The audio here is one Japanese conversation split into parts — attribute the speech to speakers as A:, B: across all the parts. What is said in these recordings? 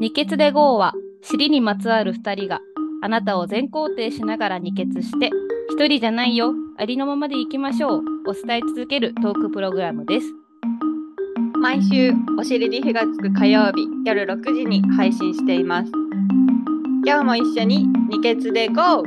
A: 二血で GO は尻にまつわる2人があなたを全肯定しながら二血して一人じゃないよありのままでいきましょうを伝え続けるトークプログラムです
B: 毎週お尻に火がつく火曜日夜6時に配信しています今日も一緒に二血で GO!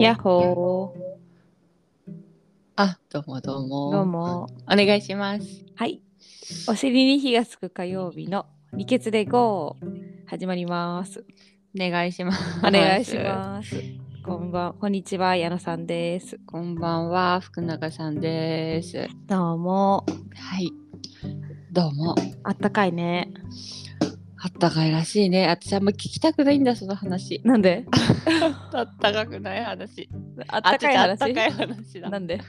A: やっほー
B: あ、どうもどうも。
A: どう。も
B: お願いします。
A: はいお尻に火がつく火曜日の二血で GO 始まります
B: お願いします。
A: お願いしますこんばんこんにちは矢野さんです
B: す。こんばんは、福永さんです。は
A: どうも
B: い。どうも。
A: あったかいね
B: あったかいらしいね。私あんま聞きたくないんだ、その話。
A: なんで
B: あったかくない話。
A: あっ
B: あ
A: たかい話
B: あったかい話だ。
A: なんで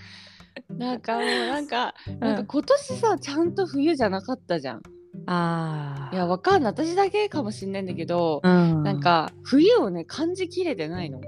B: なんかもう、なんか、
A: う
B: なんか今年さ、ちゃんと冬じゃなかったじゃん。
A: あ
B: いや、わかんない。私だけかもしんないんだけど、
A: うん
B: なんか冬をね感じきれてないの。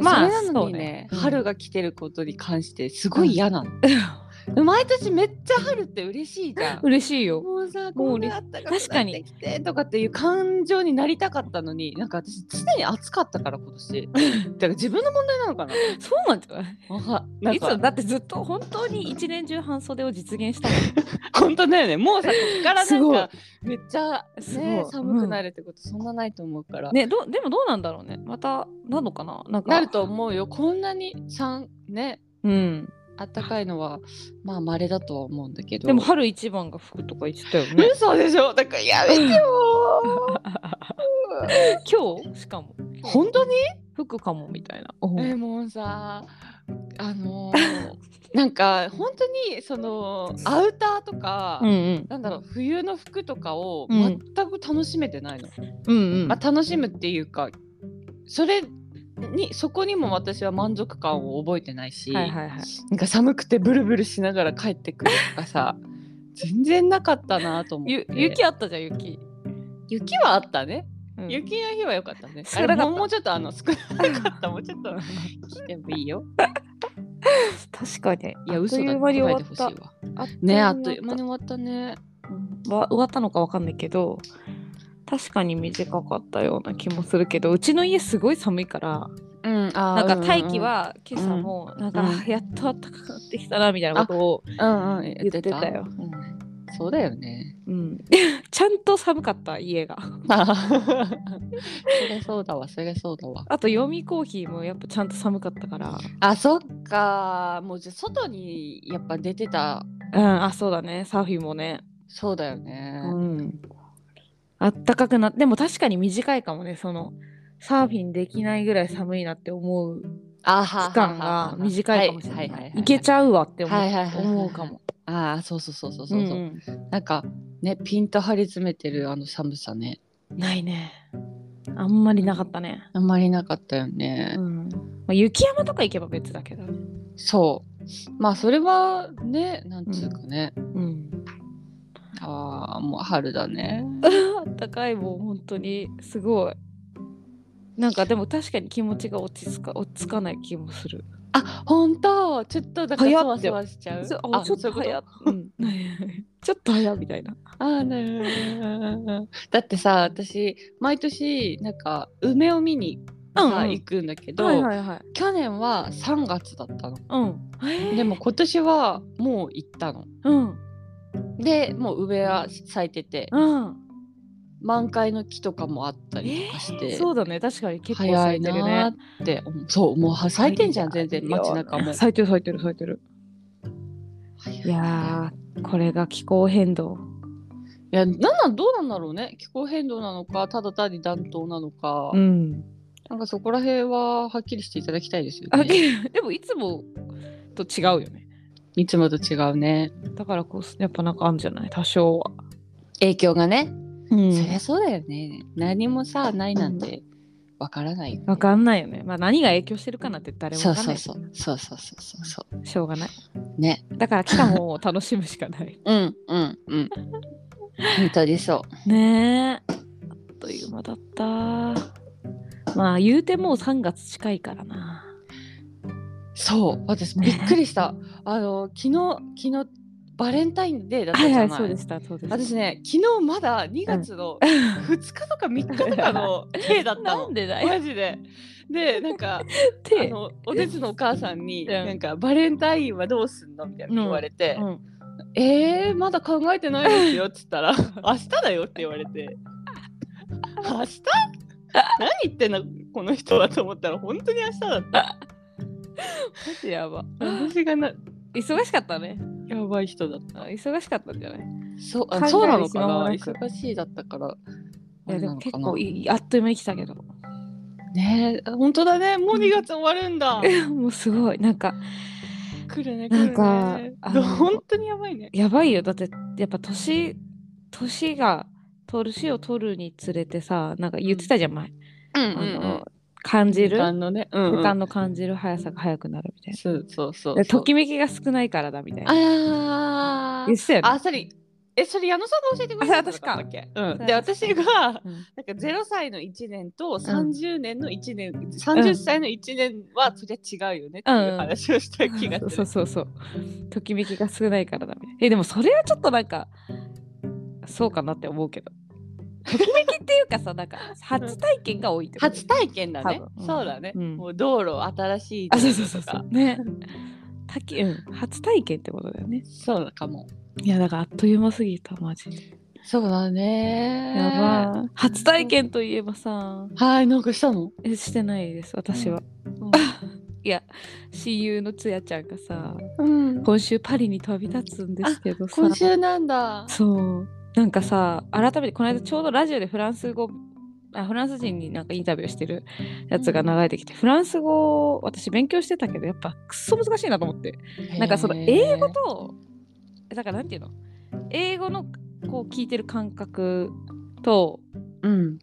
A: まあ
B: それなのにね
A: そうねうん
B: 春が来てることに関してすごい嫌なの。で毎年めっちゃ春って嬉しいじゃ ん。
A: 嬉しいよ
B: もう
A: も
B: さ
A: う
B: こん
A: 嬉し
B: なあったかくなっ
A: 確
B: てきてとかっていう感情になりたかったのになんか私常に暑かったから今 年だから自分の問題なのかな
A: そうなんじゃない
B: わかなん
A: いつも
B: か
A: だってずっと本当に一年中半袖を実現したの
B: 本当だよねもうさこっからな
A: す
B: ん
A: ごい
B: かめっちゃ、
A: す
B: ね
A: ごい、
B: 寒くなるってことそんなないと思うから、
A: ねどうでもどうなんだろうねまたなのかななんか
B: なると思うよこんなにちゃんね
A: うん
B: あったかいのはまあ稀だとは思うんだけど
A: でも春一番が吹くとか言ってたよね
B: 嘘でしょだからやめてよ
A: 今日しかも
B: ー本当に
A: 吹くかもみたいな
B: えもうさ あのーなんか本当にそのアウターとか、
A: うんうん
B: なんだろう冬の服とかを
A: うん
B: 全く楽しめてないの、
A: うんうん
B: まあ、楽しむっていうかそれにそこにも私は満足感を覚えてないし、
A: はいはいはい
B: なんか寒くてブルブルしながら帰ってくるとかさ全然なかったなと思って
A: ゆ雪あったじゃん雪、
B: 雪はあったね。
A: うん
B: 雪の日は良かったね。
A: 少
B: あ
A: なか
B: れ
A: った
B: もうもうちょっとあの少なかった。もうちょっと来てもいいよ。
A: 確かに
B: いや嘘
A: あ
B: だ。
A: っという間に終わ
B: 答えて
A: っ
B: ほしたいわ
A: あっ
B: ねあっという間に終わったね。
A: わ終わったのかわかんないけど確かに短かったような気もするけどうちの家すごい寒いから
B: う
A: な
B: ん。なん
A: か大気、は今朝もなんか、
B: うん
A: あやっと暖かくなってきたなみたいなことを
B: うんうん言
A: 言ってた。よ。
B: うんそうだよね。
A: うん ちゃんと寒かった家が。
B: それそうだわ。それそうだわ。
A: あと読みコーヒーもやっぱちゃんと寒かったから。
B: あそっか。もうじゃあ外にやっぱ出てた。
A: うんあそうだねサーフィンもね。
B: そうだよね。
A: うん。あったかくなでも確かに短いかもねそのサーフィンできないぐらい寒いなって思う
B: あは
A: 期間が短いかもしれない。いけち
B: ゃう。
A: ゃうわって思
B: はいはいはいは
A: う
B: い
A: 思うかも。
B: ああそうそうそうそうそううんそう。
A: うん
B: なんかねピンと張り詰めてるあの寒さね
A: ないね。あんまりなかったね。
B: あんまりなかったよね、
A: うんまあ、雪山とか行けば別だけどね。
B: そうまあそれはねなんつうかね、
A: うん、
B: ああもう春だね
A: あったかいもん本当にすごい。なんかでも確かに気持ちが落ち着か落ち着かない気もする。
B: あ本当ちょっとだから
A: 早っ
B: そわそわしちゃう
A: そあちょっと
B: そうい
A: 早
B: うこ
A: うん、 ちょっと早みた いな。
B: とあーなるほどだってさ私毎年なんか梅を見にさ、行くんだけど、
A: はいはいはい。
B: 去年は3月だったの
A: うん。
B: でも今年はもう行ったの
A: うん
B: でもう梅は咲いてて
A: うん。
B: 満開の木とかもあったりとかして、
A: そうだね確かに結構
B: 早
A: 咲
B: い
A: いてる
B: なー
A: ね
B: っ。て思うそうもうは咲いてんじゃん全然街中も
A: 咲いてる咲いてる咲いてる。いやーこれが気候変動。
B: いやなんなんどうなんだろうね気候変動なのかただ単に暖冬なのか、
A: うん。
B: なんかそこら辺ははっきりしていただきたいですよ
A: あ
B: ね
A: ででもいつもと違うよね。
B: いつもと違うね
A: だからこうやっぱなんかあるんじゃない多少は。
B: 影響がね、
A: うん
B: そりゃそうだよね何もさないなんてわからないよね、
A: わかんないよね。まあ何が影響してるかなんて誰も
B: そ
A: わ
B: う
A: かん
B: そ
A: ない。
B: うそうそうそうそうそうそ
A: しょうがない。
B: うね
A: だから期間を楽しむしかない。
B: うんうんうん本当にそう。
A: ねえ。あっという間だった。まあ言うてもう3月近いからな。
B: そう、私びっくりした。あの、昨日、昨日、バレンタインデーだった
A: は
B: じゃ
A: い
B: な。
A: はいい、そうでした、そうでし
B: 私ね、昨日まだ2月の2日とか3日とかの デーだ
A: た。
B: ったの。
A: でだ
B: マジで。で、なんか、
A: っ
B: あ
A: て。
B: のお手つのお母さんに、
A: うん
B: なんかバレンタインはどうすんのみたいな言われて、
A: うん
B: えー、まだ考えてないですよっつ ったら明日だよって言われて明日何言ってんのこの人はと思ったら本当に明日だった
A: マジやば。
B: 私がな
A: 忙しかったね。
B: やばい人だっ
A: あ
B: た
A: 忙しかったんじゃない
B: そう
A: 考え
B: あ
A: る
B: そうなのか
A: 暇も
B: な
A: なく
B: 忙しいだったから
A: いやでも結
B: あれなの
A: 構
B: か
A: いいあっという間に来たけど。
B: なねえ本当だねもう2月終わるんだ
A: もうすごい。なんか
B: 来るね来るね
A: なんかあの
B: 本当にやばいね
A: やばいよ。だってやっぱ年、年が、年を取るにつれてさ、なんか言ってたじゃん、前。
B: うん
A: あの感じ
B: 時
A: る、
B: 間のね、うんうん
A: 時間の感じる速さが速くなるみたいな。
B: そうそうそう
A: でときめきが少ないからだみたいな。
B: あー
A: 言ってたよね。
B: あそれえそれ矢野さんが教えてくれたんじゃなったっけ、うん、で
A: 私
B: 私がなんか
A: うん
B: 0歳の1年と30年の1年、30歳の1年はそりゃ違うよねっていう話をした気がする、
A: そうそうそうそう。ときめきが少ないからだみたいな。え、でもそれはちょっとなんか、そうかなって思うけど。ときめきっていうか さ、なんか初体験が多いってこと
B: 初体験だ
A: 多、
B: ね
A: 分うん
B: そうだね、
A: うん
B: もう道路新しい
A: あ、そう
B: 道
A: そう
B: 路
A: そ
B: と
A: うそ
B: か
A: う。ね。たきうん、初体験ってことだよね。
B: そうかも
A: いや、だからあっという間すぎた、マジで。
B: そうだね
A: やばい。初体験といえばさ、
B: はいなんかしたの、
A: えしてないです、私は。 いや、親友のつやちゃんがさ、
B: うん、
A: 今週パリに飛び立つんですけどさ
B: 今週なんだ
A: そうなんかさ改めてこの間ちょうどラジオでフランス語あフランス人になんかインタビューしてるやつが流れてきて、フランス語を私勉強してたけどやっぱくっそ難しいなと思ってなんかその英語とだからなんていうの英語のこう聞いてる感覚と
B: うん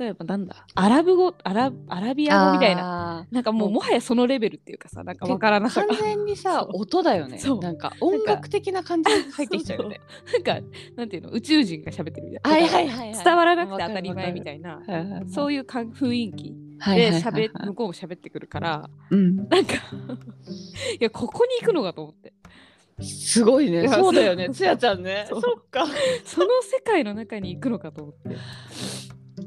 A: 例えばなんだアラブ語アラアラビア語みたいな
B: な
A: なんかもう
B: もう
A: もはやそのレベルっていうかさなんかわからなさ
B: 完
A: が
B: 全にさ
A: そう
B: 音だよね
A: そう
B: なんか音楽的な感じが入ってきちゃうよね
A: なんかなんていうの宇宙人が喋ってるみたいな。
B: はいはいはい、はい、
A: 伝わらなくて当たり前みたいな
B: はいはい
A: そういうかん雰囲気
B: はい
A: で
B: はいはい
A: 喋っ
B: はい
A: 向こうも喋ってくるから
B: うん
A: なんかいやここに行くのかと思って
B: すごい
A: い
B: ね
A: や
B: そうだよね
A: そう
B: つやちゃんね
A: そ
B: そうっか
A: その世界の中に行くのかと思って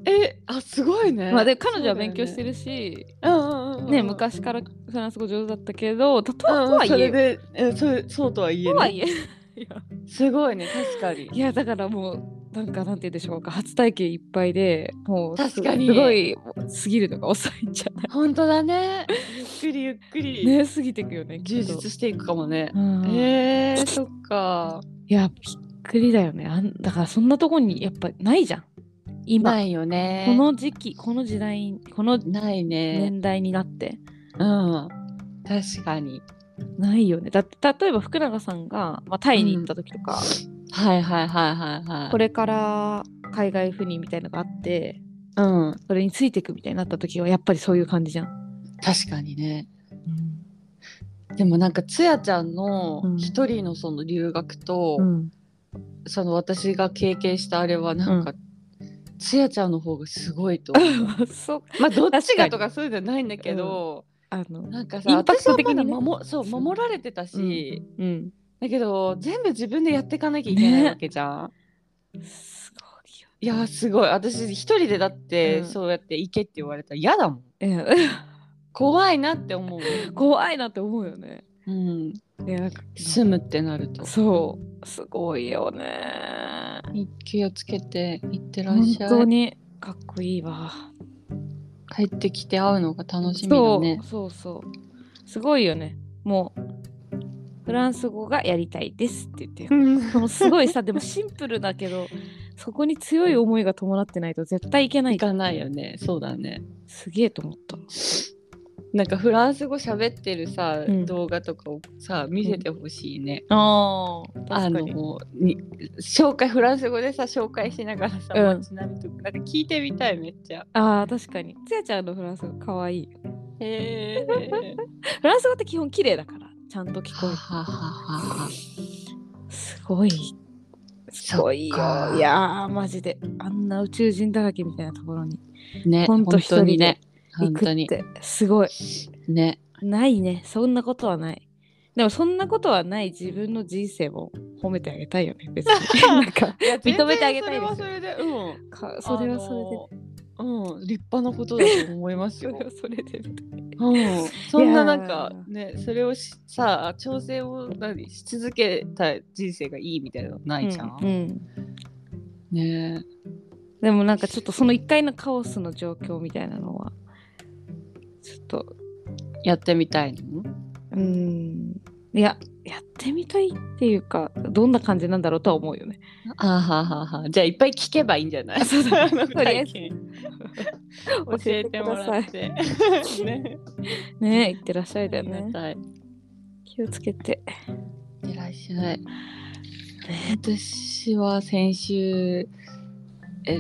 B: えあすごいね
A: まあで彼女は勉強して
B: る
A: るし
B: うんうんうんうん
A: ね昔からフランス語上手だったけどとと
B: うん
A: は
B: そ
A: い
B: れ
A: え
B: でえそうそうとは言え
A: と
B: な
A: はいいえいや
B: すごいね確かに
A: いやだからもうなんかなんて言うんでしょうか初体験いっぱいでもうす
B: 確かに
A: すごい過ぎるのが遅いんじゃない
B: 本当だねゆっくりゆっくり、
A: ね過ぎてくよねき
B: 充
A: っと
B: 実していくかもね
A: う、ん
B: えー、そっか
A: いやびっくりだよねあんだからそんなとこにやっぱないじゃん今
B: ないよね
A: この時期この時代この
B: ないね
A: 年代になって
B: うん確かに
A: ないよねだって例えば福永さんが、まあ、タイに行った時とか、
B: はいはいはいはいはい
A: これから海外赴任みたいなのがあって
B: うん
A: それについていくみたいになった時はやっぱりそういう感じじゃん、
B: 確かにねでもなんかつやちゃんの
A: うん
B: 一人のその留学と、
A: うん
B: その私が経験したあれはなんか、つやちゃんの方がすごいと思う
A: そう
B: まあどっちが
A: 確かに
B: とかそういうんじゃないんだけど、
A: あの
B: なんか
A: イ
B: さ
A: ンパク
B: 私
A: ト
B: は
A: 的
B: ま
A: にね
B: だ守そう守られてたし、
A: うん
B: だけど全部自分でやっていかなきゃいけないわけじゃん、
A: す
B: いやすごい私一人でだって、
A: うん
B: そうやって行けって言われたら嫌だもん
A: ごいよ
B: 怖いなって思う、
A: うん 怖いなって思うよね
B: うん、
A: いやなんか
B: 住むってなると
A: そうすごいよね
B: 気をつけて行ってらっ
A: 本
B: しゃ
A: 当
B: い
A: にかっこいいわ。
B: 帰ってきて会うのが楽しみだね
A: そうそうそう。すごいよね。もうフランス語がやりたいですって言ってる。
B: うん
A: でもすごい さ、でもシンプルだけど、そこに強い思いが伴ってないと絶対いけない
B: 行。かないよねそうだね
A: すげえと思った。
B: なんかフランス語喋ってるさ、
A: うん
B: 動画とかをさ見せてほしいね、
A: あ
B: あ
A: 確かに。
B: のに紹介フランス語でさ紹介しながらさ、
A: うん
B: 街並みとかなんか聞いてみたいめっちゃ
A: ああ、確かに。つやちゃんのフランス語かわいい。
B: へえ
A: フランス語って基本綺麗だから、ちゃんと聞こ
B: はははは
A: える。すごい。すごいよ。
B: そっか
A: いやー、マジで。あんな宇宙人だらけみたいなところに
B: ね、
A: ほん
B: 本
A: と一人
B: 当にね。
A: 行
B: 本
A: く
B: 当
A: っ
B: に。
A: て、すごい。
B: ね。
A: ないね。そんなことはない。でも、そんなことはない自分の人生を褒めてあげたいよね、別 に。なんか、認めてあげたいです
B: それはそれで、うん。
A: かそれはそれで。
B: あのーうん、立派なことだと思います
A: そ れ
B: よ。
A: はそれで。
B: うん、そんななん
A: い
B: か
A: や
B: ねそれをしさ調整を何し続けた人生がいいみたいなのないじゃん、
A: うんうん
B: ね
A: でもなんかちょっとその一回のカオスの状況みたいなのはちょっと
B: やってみたいの
A: うんいややってみたいっていうかどんな感じなんだろうとは思うよね。
B: あはははじゃあいっぱい聞けばいいんじゃない
A: そうだ
B: あの
A: とりあえず
B: 体験
A: 教
B: 教
A: えて
B: えて
A: くだ
B: も
A: さ
B: ら
A: い
B: って ね
A: ねえいってらっしゃいだ
B: あ
A: よ
B: りが
A: ね。
B: たい
A: 気をつけて。
B: いらっしゃい私は先週え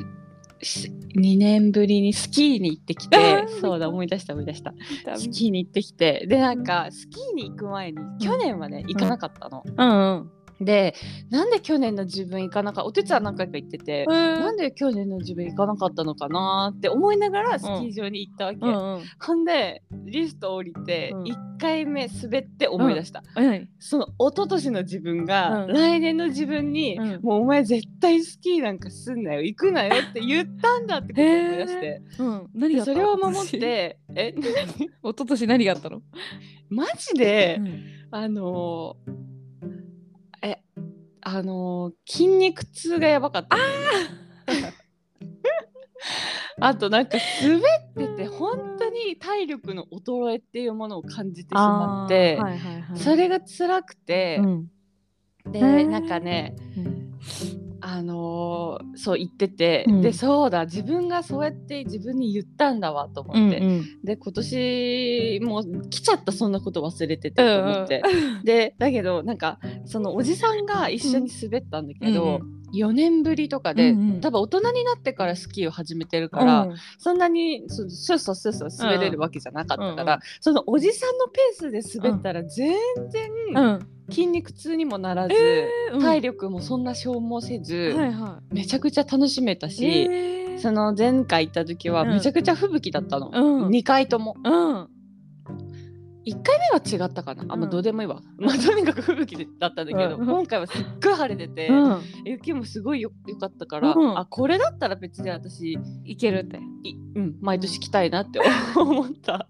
B: 2年ぶりにスキーに行ってきてそうだ思い出した思い出したスキーに行ってきてでなんかスキーに行く前に去年はね行かなかったの。
A: うんうん。
B: でなんで去年の自分行かなかお手伝い何回か行ってて、なんで去年の自分行かなかったのかなって思いながらスキー場に行ったわけ。
A: うんうん。
B: ほんでリフト降りて
A: うん
B: 1回目滑って思い出した。
A: うん
B: その一昨年の自分が、
A: うん
B: 来年の自分に、
A: うん
B: もうお前絶対スキーなんかすんなよ行くなよって言ったんだってことを思い出し
A: へ
B: て、
A: うん。何
B: で
A: があった
B: それを守っ。てえ
A: 私一昨年何があったの？
B: マジで、
A: うん
B: あのー、え、あのー、筋肉痛がやばかった。あとなんか滑ってて本当に体力の衰えっていうものを感じてしまって、
A: あーはいはいはい。
B: それが辛くて
A: う、んへ
B: で
A: ー
B: なんかね
A: うん
B: あのーそう言ってて、
A: うん
B: でそうだ自分がそうやって自分に言ったんだわと思
A: うん
B: って、で今年もう来ちゃったそんなこと忘れててと思って、 でだけどなんかそのおじさんが一緒に滑ったんだけど、
A: う
B: 4年ぶりとかで、
A: うんうん
B: 多分大人になってからスキーを始めてる
A: う
B: か
A: ん。
B: ら、
A: うん
B: そんなにそスッソスッソ滑れるわけじゃなかったから、
A: うんうん
B: そのおじさんのペースで滑ったら全
A: う
B: 然
A: ん。
B: 筋肉痛にもならず、体
A: 体
B: 力もそんな消耗せず、
A: はいは
B: めちゃくちゃ楽しめた
A: い。
B: し、
A: えー
B: その前回行った時は
A: うん
B: めちゃくちゃ吹雪だったの、
A: うん
B: 2回とも。
A: うん。
B: 1回目は違ったかなあ、ま
A: う
B: あ
A: ん
B: どうでもいいわ、 まあ、とにかく吹雪だったんだけど、
A: うん
B: 今回はすっごい晴れてて、
A: うん。
B: 雪もすごいよよかったから、
A: うん
B: あこれだったら別に私
A: いけるって。
B: い、うん、毎年来たいなって 思った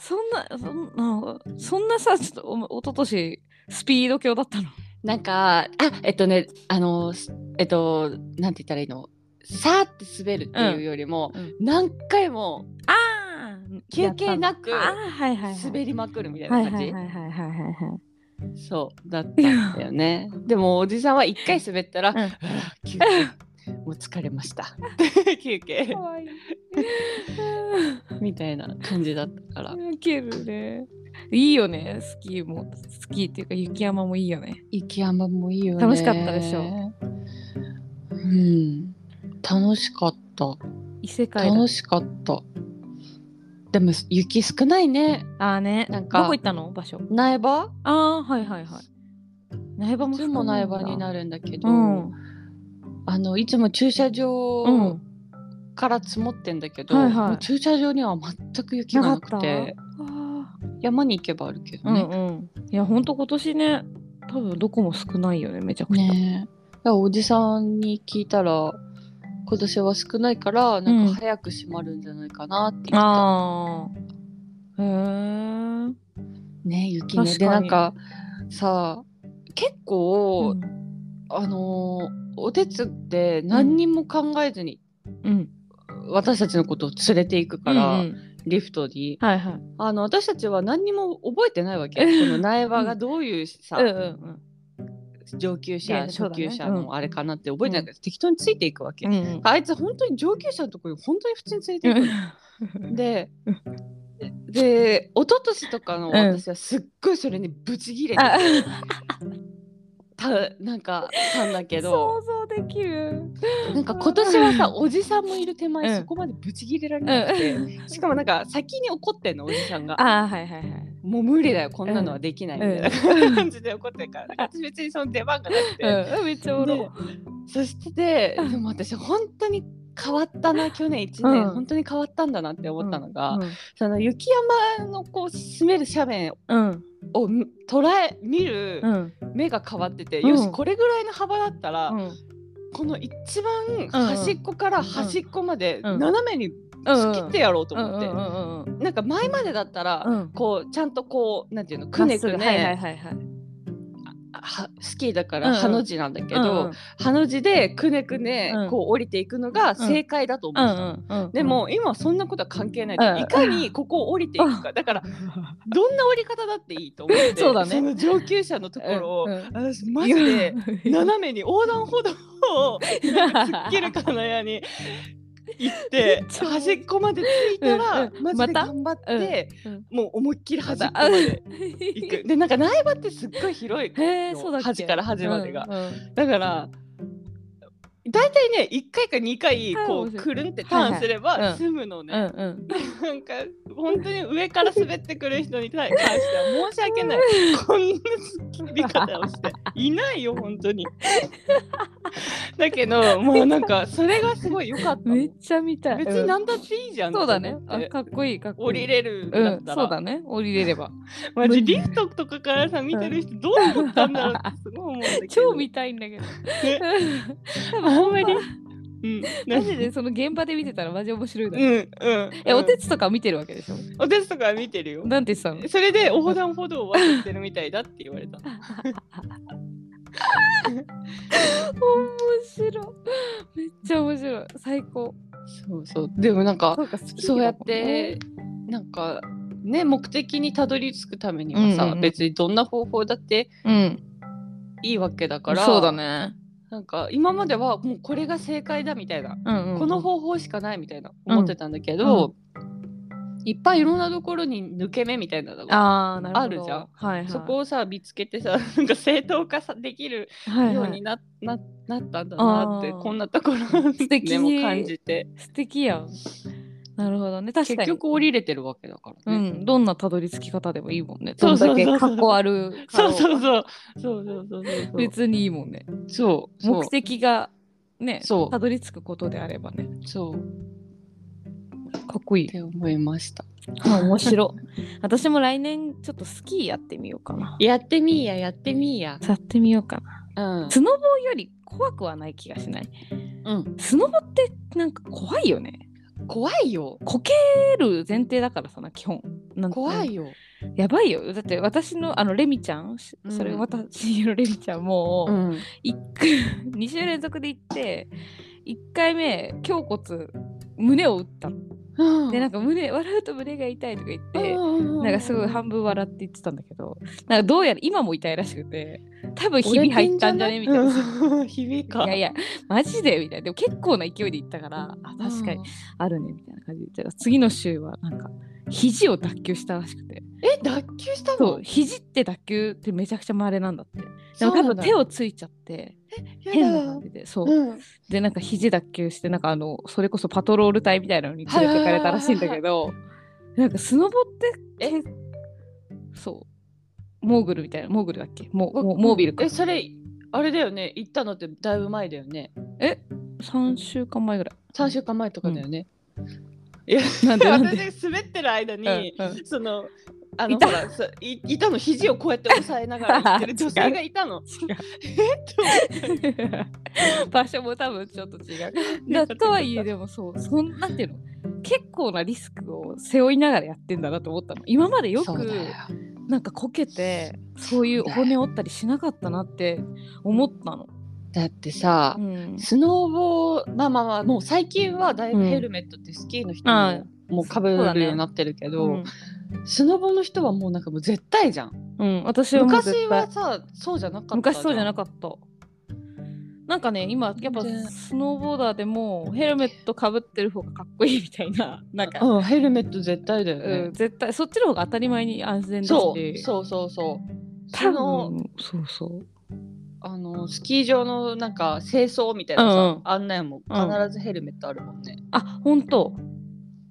A: そんな、そんな、そんなさ、ちょっとおも、一昨年スピード強だったの。
B: なんかあえっとねあのすえっとなんて言ったらいいのさーって滑るっていうよりも、
A: うん
B: 何回も
A: ああ
B: 休憩なく
A: ああ、はいはい、はい。
B: 滑りまくるみたい
A: はい
B: な
A: はい
B: 感
A: は
B: じ、
A: いはいはいはい
B: そうだったんだよねでもおじさんは1回滑ったら、
A: うん
B: あー休憩もう疲れました 休
A: はい。
B: 憩
A: か わいい。
B: みたいな感じだったから
A: うんいけるね。いいよね、スキーも。スキーっていうか、雪山もいいよね。
B: 雪山もいいよね
A: 楽しかったでしょ
B: うん楽しかった
A: 異世界だ。
B: 楽しかったでも雪少ないね
A: ああね。
B: なんか
A: どこ行ったの場所。
B: 苗場
A: ああ、はいはいはい。苗場
B: い
A: も
B: つも苗場に
A: る。
B: なるんだけど、
A: うん。
B: あのいつも駐車
A: う
B: 場
A: ん。
B: から積もってんだけど、
A: はいはい
B: もう駐車場には全く雪がな
A: な
B: く
A: か
B: て
A: ああ。
B: 山に行けばあるけど
A: うん
B: ね、
A: うん。いや、ほんと今年ね、多分どこも少ないよね、めちゃくちゃ。
B: ねえだからおじさんに聞いたら今年は少ないからなんか早く閉まるんじゃないかなって言って
A: ああ。へえ。
B: た、ね雪ね
A: 確か
B: で
A: に
B: なんかさ結
A: う
B: 構、
A: ん
B: あのーおてつって何にも考えずに、
A: うん。
B: 私たちのことを連れていくから、
A: うんうん
B: リフトに
A: はいはい。
B: あの私たちは何にも覚えてないわけその苗場がどういうさ、
A: うんうん
B: 上級
A: い
B: 者
A: やそうだ
B: 初
A: ね
B: 級者のあれかなって覚えてないから、適当についていくわけ、
A: うん。うん
B: あいつ本当に上級者のところに本当に普通に連れていくの で
A: う
B: で一昨年とかの
A: うん
B: 私はすっごいそれにブチギレて
A: あ
B: たなんかたんだけ
A: 想
B: ど
A: 像できる。
B: なんか今年は
A: う
B: さおじさんもいる手
A: うん
B: 前そこまでブチギレられ
A: うん
B: なくてしかもなんか先に怒ってんのおじさんが
A: ああ、はいはいはい。
B: もう無理だよこんなのはできないみたいな感じで怒ってるからだから私別にその出番がなくて、
A: うん、めっちゃおもろ。
B: でそしてでも私本当に変わったな去年1年、
A: うん
B: 本当に変わったんだなって思ったのが、
A: うん
B: その雪山のこう滑る斜面
A: うん
B: を捉え見る
A: うん
B: 目が変わってて、
A: うん
B: よしこれぐらいの幅だったら、
A: うん
B: この一番端っこから端っこまで
A: うん
B: 斜めに突き切ってやろうと思って、
A: うんうんうん
B: なんか前までだったら、
A: うん
B: こうちゃんとこうなんていうのくねく
A: ま
B: ね、
A: っすぐはいはいはいはい
B: はスキーだか
A: う
B: ら
A: んうん
B: ハの字なんだけど、
A: うんうん
B: ハの字でくねくね
A: うん
B: こう降りていくのが正解だと思
A: う
B: うんですよ
A: うんうん
B: でも今そんなことは関係ない、
A: うん
B: いかにここを降りていくか、だからどんな降り方だっていいと思って
A: そうだね
B: の上級者のところを、
A: うんうん
B: 私マジで斜めに横断歩道を突っ切るかのように行って
A: めっちゃ面白い
B: 端っこまで着いたら、
A: うんうん
B: マジ
A: ま
B: で
A: た
B: 頑張って、
A: うんうん
B: もう思いっき り端っこまで行く。でなんか苗場ってすっごい広い
A: へえそうだっけ
B: 端から端までが、
A: うんうん
B: だから大体ね1回か2回
A: はい
B: こ
A: 面
B: う
A: 白い
B: くるんってターンすれ
A: はいは
B: ば
A: いうん
B: 済むのね、
A: うんうん
B: なんか本当に上から滑ってくる人に対関しては申し 訳ないこんな突き方をしていないよ本当にだけどもうなんかそれがすごい良かったもん
A: めっちゃ見たい
B: 別に何だっていいじゃ
A: うんんそうだね
B: と思っ
A: あ
B: て
A: かっこいいかっこいい
B: 降りれるん
A: う
B: だっ
A: ん
B: た
A: そう
B: ら、
A: だね降りれれ ば
B: マジリフトとかからさ見てる人どう思ったんだろうってすごい思うんだけど
A: 超見たいんだけど
B: あんまり、うん、
A: マジでその現場で見てたらマジ面白いだ
B: うんうん
A: え、お
B: うん
A: 手つとか見てるわけでしょ
B: お手つとか見てるよ
A: なんて言ってたの
B: それで横断歩道を渡ってるみたいだって言われた
A: 面白いめっちゃ面白い最高
B: そうそうでもなんか
A: そうか好きだもんね
B: そうやってなんかね目的にたどり着くためにはさ、
A: うんうんうん
B: 別にどんな方法だって
A: うん
B: いいわけだから
A: そうだね
B: なんか今まではもうこれが正解だみたいな、
A: うんうん
B: この方法しかないみたいな思ってたんだけど、いっぱいいろんなところに抜け目みたいなのが
A: あーなるほど
B: あるじゃん
A: はいはい
B: そこをさ見つけてさ なんか正当化さできる
A: はい
B: よう
A: は
B: に
A: い
B: な,、ななったんだなって
A: あー
B: こんなところ
A: 素敵
B: でも感じて
A: 素敵やんなるほどね確か
B: 結
A: に
B: 局降りれてるわけだから
A: う
B: ね。
A: んどんなたどり着き方でもいいもんね
B: そうそうそう
A: どんだけかっこあるか
B: そう
A: を
B: そうそうそうそうそうそう
A: 別にいいもんね
B: そうそう
A: 目的がね
B: そう
A: たどり着くことであればね
B: そうっ
A: かっこいい
B: て思いました
A: あ面白い 私も来年ちょっとスキーやってみようかな
B: やってみーややってみーや
A: やってみようかな
B: うん
A: スノボより怖くはない気がしない
B: うん
A: スノボってなんか怖いよね
B: 怖いよ
A: こける前提だからさな基本なん
B: 怖いよ
A: やばいよだって私のあのレミちゃんし
B: うん
A: それ私のレミちゃんもう、
B: ん
A: 一回 2週連続で行って1回目胸骨胸を打ったのでなん
B: か
A: か胸笑うと胸が痛いとか言って、
B: な
A: なんかすごい半分笑って言ってたんだけどなんかどうやら今も痛いらしくて多分ひび入ったんじゃねみたいな。
B: なひびか
A: いやいやマジでみたいなでも結構な勢いで行ったからあ確か
B: う
A: に
B: ん
A: あるねみたいな感じでじゃあ次の週はなんか肘を脱臼したらしくて
B: え脱臼した
A: そ
B: の
A: う肘って脱臼ってめちゃくちゃまれなんだってでも
B: そう
A: 多
B: な
A: 分
B: んだ
A: 手をついちゃって変
B: や
A: な
B: だ
A: 感じでそう、
B: うん
A: でなんか肘脱臼してなんかあのそれこそパトロール隊みたいなのに連れてかれたらしいんだけどなんかスノボってえそうモーグルみたいなモーグルだっけモモモービルか
B: えそれあれだよね行ったのってだいぶ前だよね
A: 3週間前ぐらい
B: 3週間前とかだよね、いや
A: なんでなんで、
B: 私滑ってる間に、
A: うんうん
B: そのあの
A: いた
B: ほらそいいたの肘をこうやって押さえながら行ってる
A: 違う
B: 女性がいたの。
A: 場所も多分ちょっと違う。だとはいえでもそうそんなんていうの結構なリスクを背負いながらやってんだなと思ったの今までよ
B: そう
A: く
B: だよ
A: なんかこけてそういう骨折ったりしなかったなって思ったの。
B: だってさ、
A: うん
B: スノーボーまあまあまあもう最近はだいぶヘルメットってスキーの人
A: あ
B: も
A: あ、
B: もうかぶる
A: そうだね
B: ようになってるけ
A: う
B: ど、
A: ん
B: スノボーの人はもうなんかもう絶対じゃん。
A: うん、私はもう
B: 昔
A: 絶
B: は
A: 対
B: さそうじゃなかった
A: 昔そうじゃな
B: か
A: かった。なんかね今やっぱ
B: 全然
A: スノーボーダーでもヘルメットかぶってる方がかっこいいみたいななんか、
B: うんヘルメット絶対だよね。
A: うん、絶対そっちの方が当たり前に安全だし
B: そうそうそうそう。
A: 多
B: その
A: 分そうそう
B: あのスキー場のなんか清掃みたいなさ、
A: うんうん
B: 案内も必ずヘルメットあるもんね。
A: あ本当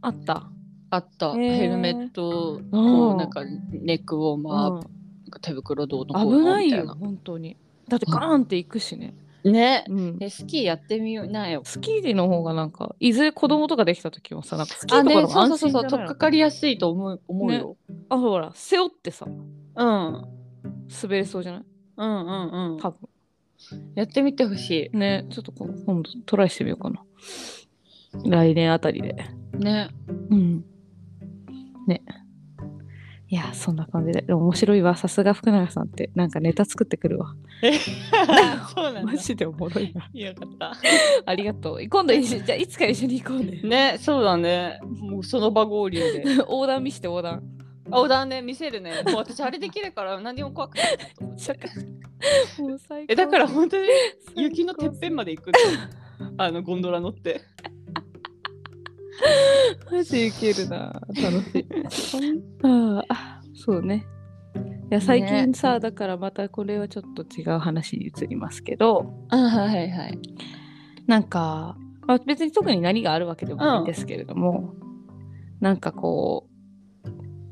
A: あった
B: あった、
A: へー
B: ヘルメット
A: う
B: こ
A: ん
B: うなんかネックウォーマー、
A: うん
B: なんか手袋どうのこ
A: 危
B: うの
A: な
B: み
A: い
B: たい
A: よ
B: な
A: 本当にだってガーンって行くしね、
B: ね
A: うん、
B: えスキーやってみようなよ
A: スキーの方がなんかいずれ子供とかできた時もさなんかスキー
B: あ
A: とか
B: ね
A: の方
B: そ
A: が
B: うそう
A: 安
B: そう
A: 心じ
B: そ
A: ゃな
B: う
A: いの
B: 取っかかりやすいと思う思うよ、
A: あほら背負ってさ
B: うん、うん
A: 滑れそうじゃない
B: うんうん
A: 多分
B: やってみてほし
A: ねちょっとこう今度トライしてみようかな来年あたりで
B: い ね
A: うんねいやそんな感じででも面白いわさすが福永さんってなんかネタ作ってくるわ
B: そうなん
A: マ
B: だ
A: ジでおもろいな
B: よかった
A: ありがとう今度一緒じゃあいつか一緒に行こうね
B: ねそうだねもうその場合流で
A: 横断見して横断
B: あおだね見せるねもう私あれできるから何も怖くないなと思って
A: もう最高
B: えだから本当に
A: 最高
B: 雪のてっぺんまで行くのあのゴンドラ乗って
A: マジウケるな楽しいああそうねいや最近さ、だからまたこれはちょっと違う話に移りますけど
B: あはいはい
A: なんか、まあ、別に特に何があるわけでもないんですけれども、なんかこ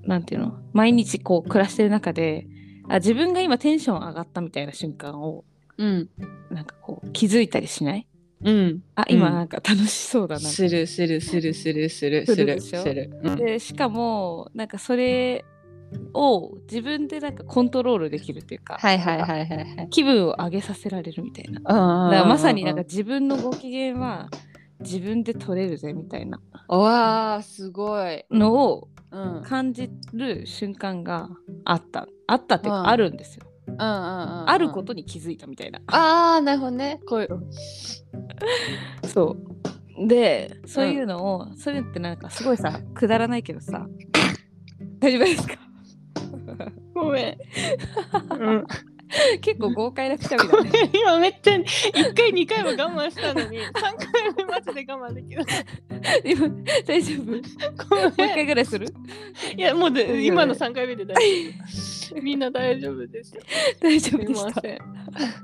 A: うなんていうの毎日こう暮らしてる中であ自分が今テンション上がったみたいな瞬間を
B: うん
A: なんかこう気づいたりしない
B: うん
A: あ今
B: うん
A: なんか楽しそうだな、
B: するするするするす
A: する
B: るす
A: で
B: る
A: しょ
B: するうん
A: でしかもなんかそれを自分でなんかコントロールできるっていうか、
B: はいはいはいはいはい
A: 気分を上げさせられるみたいなだ
B: あ
A: からまさになんか自分のご機嫌は自分で取れるぜみたいな
B: わーすごい
A: のを
B: うんうんうん
A: 感じる瞬間があったあったっていう
B: う
A: か
B: ん
A: あるんですよ、
B: うんあ
A: あることに気づいたみたいな、
B: ああなるほどねこういう
A: そうでそういうのを、それってなんかすごいさくだらないけどさ 大丈夫ですか
B: ごめ ん、うん、
A: 結構豪快なくしゃみだね
B: 今めっちゃ1回2回も我慢したのに3回目マジで我慢できない
A: 今大丈夫
B: ご
A: もう
B: め
A: 一
B: ん
A: 回ぐらいする
B: いやもう
A: いいよ
B: で
A: ね
B: 今の3回目で大丈夫みんな大丈夫です
A: 大丈
B: す
A: 夫
B: い
A: でし
B: ま
A: た
B: せん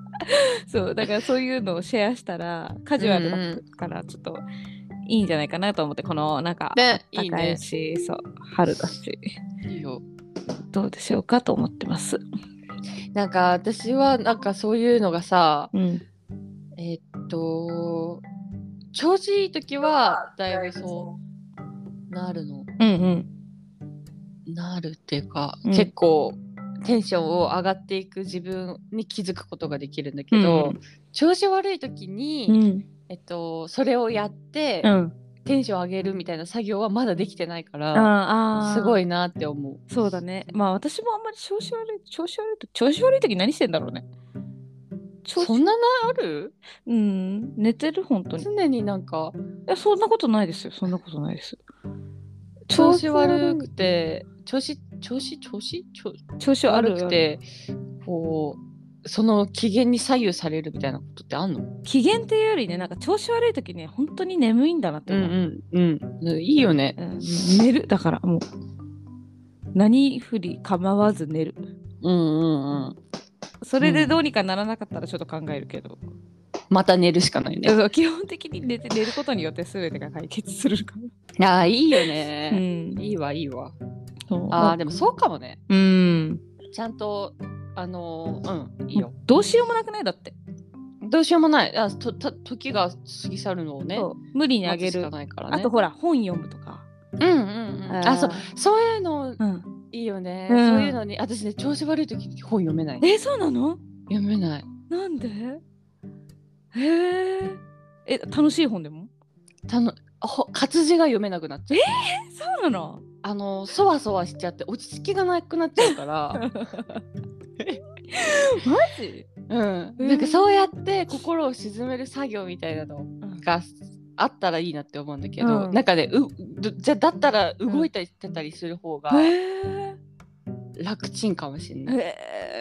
A: そうだからそういうのをシェアしたらカジュアル
B: うんう
A: だからちょっといいんじゃないかなと思ってこのなんか
B: ねいい
A: 高
B: ね
A: いしそう春だし
B: いいよ
A: どうでしょうかと思ってます
B: なんか私はなんかそういうのがさ
A: うん
B: えっと調子いい時はだいぶそうなるの
A: うんうん
B: なるっていうか、
A: うん
B: 結構テンションを上がっていく自分に気づくことができるんだけど、調子悪い時に、
A: うん
B: えっと、それをやって、
A: うん
B: テンション上げるみたいな作業はまだできてないから
A: ああ
B: すご
A: い
B: いなって思
A: そうだねまあ私もあんまり調子悪い調子悪い時調子悪い時何してんだろうね
B: う
A: 調
B: そ
A: 子
B: んなのある
A: うん寝てる本当にい
B: 常になんか
A: やそんなことないですよそんなことないです
B: 調子悪くて調子調子調子調子
A: 調子悪
B: 悪
A: くて
B: くてこうその機嫌に左右されるみたいなことってあんの
A: 機嫌っていうよりねなんか調子悪い時ね本当に眠いんだなって
B: うん
A: 思う、
B: うんうんいいよね
A: うん寝るだからもう何振り構わず寝る
B: うんうんうん
A: それでどうにかならなかったらちょっと考えるけど、
B: また寝るしかないね
A: そう基本的に寝て寝ることによって全てが解決するか
B: ああいいよ
A: ら、
B: ね、
A: うん
B: いいわいいわ
A: そう
B: ああでもそうかもね
A: うん
B: ちゃんとあのーうんいいよ
A: どうしようもなくないだって、
B: どうしようもないあとた時が過ぎ去るのをね
A: そう無理にあ
B: 待
A: げ
B: つし
A: る、
B: かないからね
A: あとほら本読むとか
B: うんうんうんあそうそういうの
A: う、うん、
B: いいよね、
A: うん
B: そういうのに私ね調子悪い時に本読めない
A: えそうなの
B: 読めない
A: なんでへーえ楽しい本でも
B: たのほ活字が読めなくなっちゃう
A: えそうなの
B: あのそわそわしちゃって落ち着きがなくなっちゃうから、
A: マジ
B: うん、なんかそうやって心を沈める作業みたいなのがあったらいいなって思うんだけど、
A: うん
B: なんかねうどじゃだったら動いたりしてたりする方が
A: へ
B: 楽ちんかもしれ
A: え
B: ない。
A: え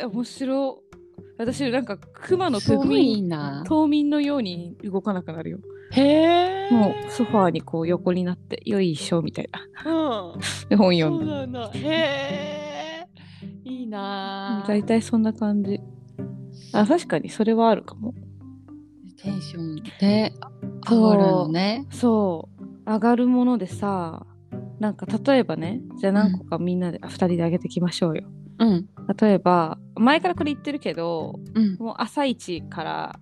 A: ー、面白い私なんか熊の
B: す
A: 冬
B: ごい
A: 眠
B: な。
A: 冬眠のように動かなくなるよ
B: へえ。
A: もうソファーにこう横になってよいしょみたいな
B: うん。
A: で本読
B: そう
A: で
B: んなんだ。へえ。いいな。
A: 大体そんな感じあ確かにそれはあるかも
B: テンションで
A: そう
B: 上がるのね。
A: そう上がるものでさなんか例えばねじゃあ何個かみんなで、あ二2人であげてきましょうよ
B: うん
A: 例えば前からこれ言ってるけど
B: うん
A: もう朝一から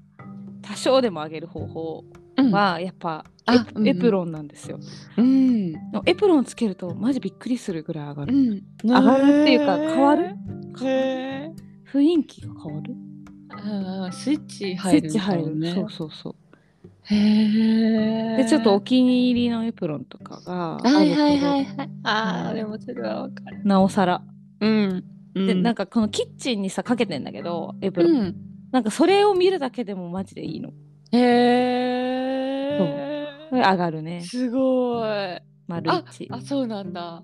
A: 多少でも上げる方法
B: うん
A: はやっぱエ,、
B: あうんうん
A: エプロンなんですよ。
B: うん
A: でもエプロンつけるとマジびっくりするぐらい上が
B: う
A: る。
B: ん
A: 上がるっていうか変わる
B: へー
A: 雰囲気が変わる。
B: あースイッチ
A: スイ
B: 入る
A: ッチ入る。
B: ね
A: そうそうそう。
B: へえ
A: でちょっとお気に入りのエプロンとかがあると、
B: はいはいはいはいあ
A: う
B: あ
A: ん
B: でもそれはわかる
A: なおさら。
B: うん
A: でなん
B: か
A: かこのキッチンにさかけてんだけどエプ
B: う
A: ロン、
B: ん
A: なんかそれを見るだけでもマジでいいの。
B: へえ
A: これ上がるね。
B: すごい
A: 丸
B: あ
A: 一。
B: あそうなんだ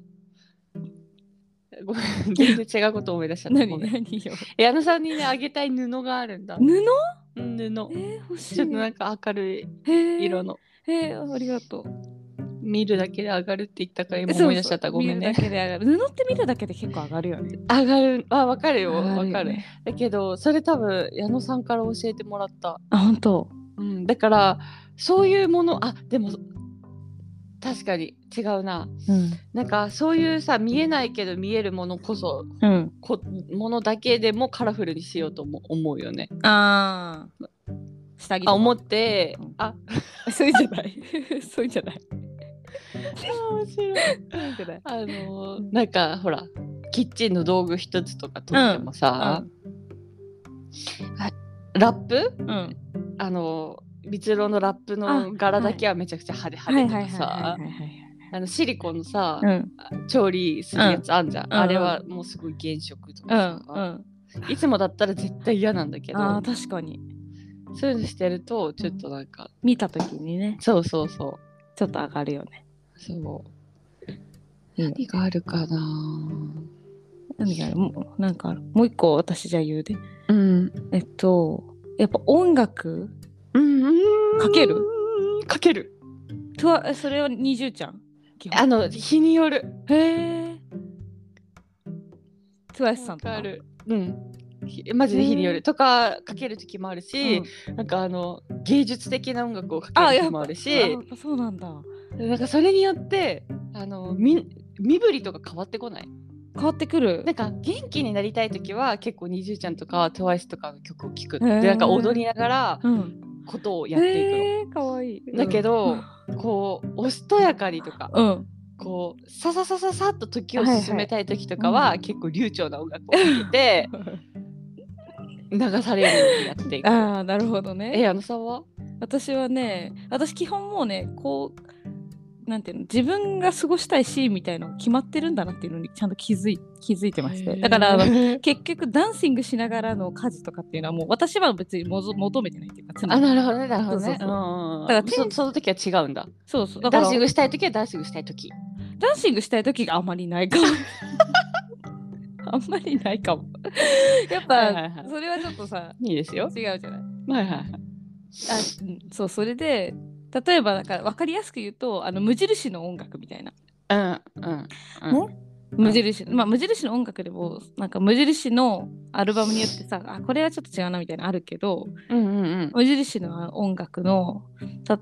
B: ごめん全然違うこと思い出しちゃった
A: 何
B: ごめん
A: 何よ。
B: 矢野さんにねあげたい布があるんだ
A: 布
B: うん 布
A: えー、欲しい。
B: ちょっとなんか明るい
A: へー
B: 色の
A: へえ、ありがとう。
B: 見るだけで上がるって言ったから今思い出しちゃった
A: そうそう
B: ごめんね
A: 見るだけで上がる。布って見るだけで結構上がるよね。
B: 上がるあわかるよわ
A: 上が
B: か
A: よ
B: る
A: ね
B: だけどそれ多分矢野さんから教えてもらった、
A: あ、本当。
B: うん、だからそういうものあでも確かに違うな
A: うん。
B: なんかそういうさ見えないけど見えるものこそ
A: うん。
B: こものだけでもカラフルにしようとも思うよね
A: ああ。下着とか。
B: あ思って
A: うん
B: あ
A: そういうんじゃない。 そういうんじゃない。
B: 面白い
A: そういうんじゃない。
B: あのーなんかほらキッチンの道具一つとかとってもさ、あラップ
A: うん。
B: あの蜜蝋のラップの柄だけはめちゃくちゃ派手
A: はいは
B: 派
A: いはい
B: 手とか
A: は
B: さ
A: いはいはい。
B: あのシリコンのさ、
A: うん。
B: 調理するやつあんじゃん、
A: ん
B: あれはもうすごい原色と
A: う
B: か
A: ん。
B: さ、
A: うん。
B: いつもだったら絶対嫌なんだけど
A: ああ、確かに。
B: そういうのしてるとちょっとなんか
A: 見たときにね、
B: そうそうそ
A: ちょっと上がるよね。
B: うそ
A: う
B: う
A: ん
B: 何があるかな
A: 何があるもう、なんかある。もう一個、私じゃあ言うで。
B: うん
A: えっと、やっぱ音楽
B: うん
A: かける
B: かける
A: とは、えそれは二重ちゃん基本
B: あの日による
A: へえ。トゥワイスさんとか。
B: かるうんひマジで日によるとかかける時もあるし、
A: うん
B: なんかあの芸術的な音楽をか
A: あ、
B: け
A: やっ
B: る時
A: ぱ
B: もある
A: あ
B: し
A: やっぱそうなんだ。
B: なんかそれによってあのみ身振りとか変わってこない
A: 変わってくる
B: な。んか元気になりたい時は結構にじゅうちゃんとか TWICE とかの曲を聴くで
A: へー
B: なんか踊りながら
A: うん。
B: ことをやってい
A: えー、かわいい。
B: だけどくの、こうおしとやかにとか
A: うん。 うん。
B: こうさささささっと時を進めたい時とかは、
A: はいはい
B: 結構流暢な音楽を聴いて流されるようになっていく。
A: ああ、なるほど
B: え
A: ね。
B: 矢野さんは
A: 私はね、私基本もうね、こう、なんていうの、自分が過ごしたいシーンみたいなの決まってるんだなっていうのにちゃんと気づい気づいてまして。だ から、あの
B: へー
A: 結局ダンシングしながらの家事とかっていうのはもう私は別にもぞ求めてないっていうか常
B: あ
A: に
B: なるほどねなるほどね。
A: そうそうそうん
B: んん
A: だから
B: そその時は違うんだ。
A: そうそうだか
B: ダ
A: ら
B: ンシングしたい時はダンシングしたい時。
A: ダンシングしたい時があまりない かも。あんまりないかも。やっぱ、
B: はいはいはい
A: それはちょっとさ
B: いいですよ。
A: 違うじゃない
B: はいはいは
A: あ、
B: い。
A: うん、そうそれで例えばなんか分かりやすく言うとあの無印の音楽みたいな
B: うんうんうん。
A: 無印まあ無印の音楽でもなんか無印のアルバムによってさあこれはちょっと違うなみたいなのあるけど
B: うんうんうん。
A: 無印の音楽の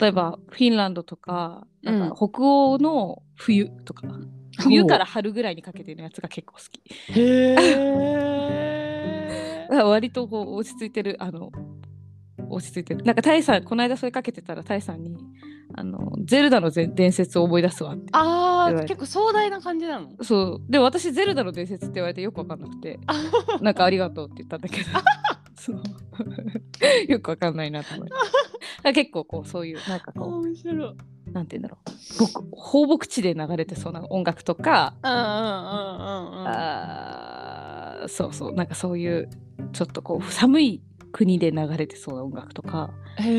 A: 例えばフィンランドとかなん
B: うん
A: か北欧の冬とか、冬から春ぐらいにかけてのやつが結構好き。
B: ほう。へえ。
A: あ割とこう落ち着いてるあの落ち着いてるなんかタイさんこの間それかけてたらタイさんにあの「ゼルダのぜ伝説を思い出すわ」って
B: ああ結構壮大な感じなの。
A: そうでも私「ゼルダの伝説」って言われてよく分かんなく て
B: あ
A: 「なんかありがとう」って言ったんだけ どそう よく分かんないなと思ってだから結構こうそういうなんかこ
B: 面白い。うんうんうん
A: うなんて言うんだろう僕放牧地で流れてそうな音楽とか、
B: うんうん。
A: あーそうそうなんかそういうちょっとこう寒い国で流れてそうな音楽とか。
B: へ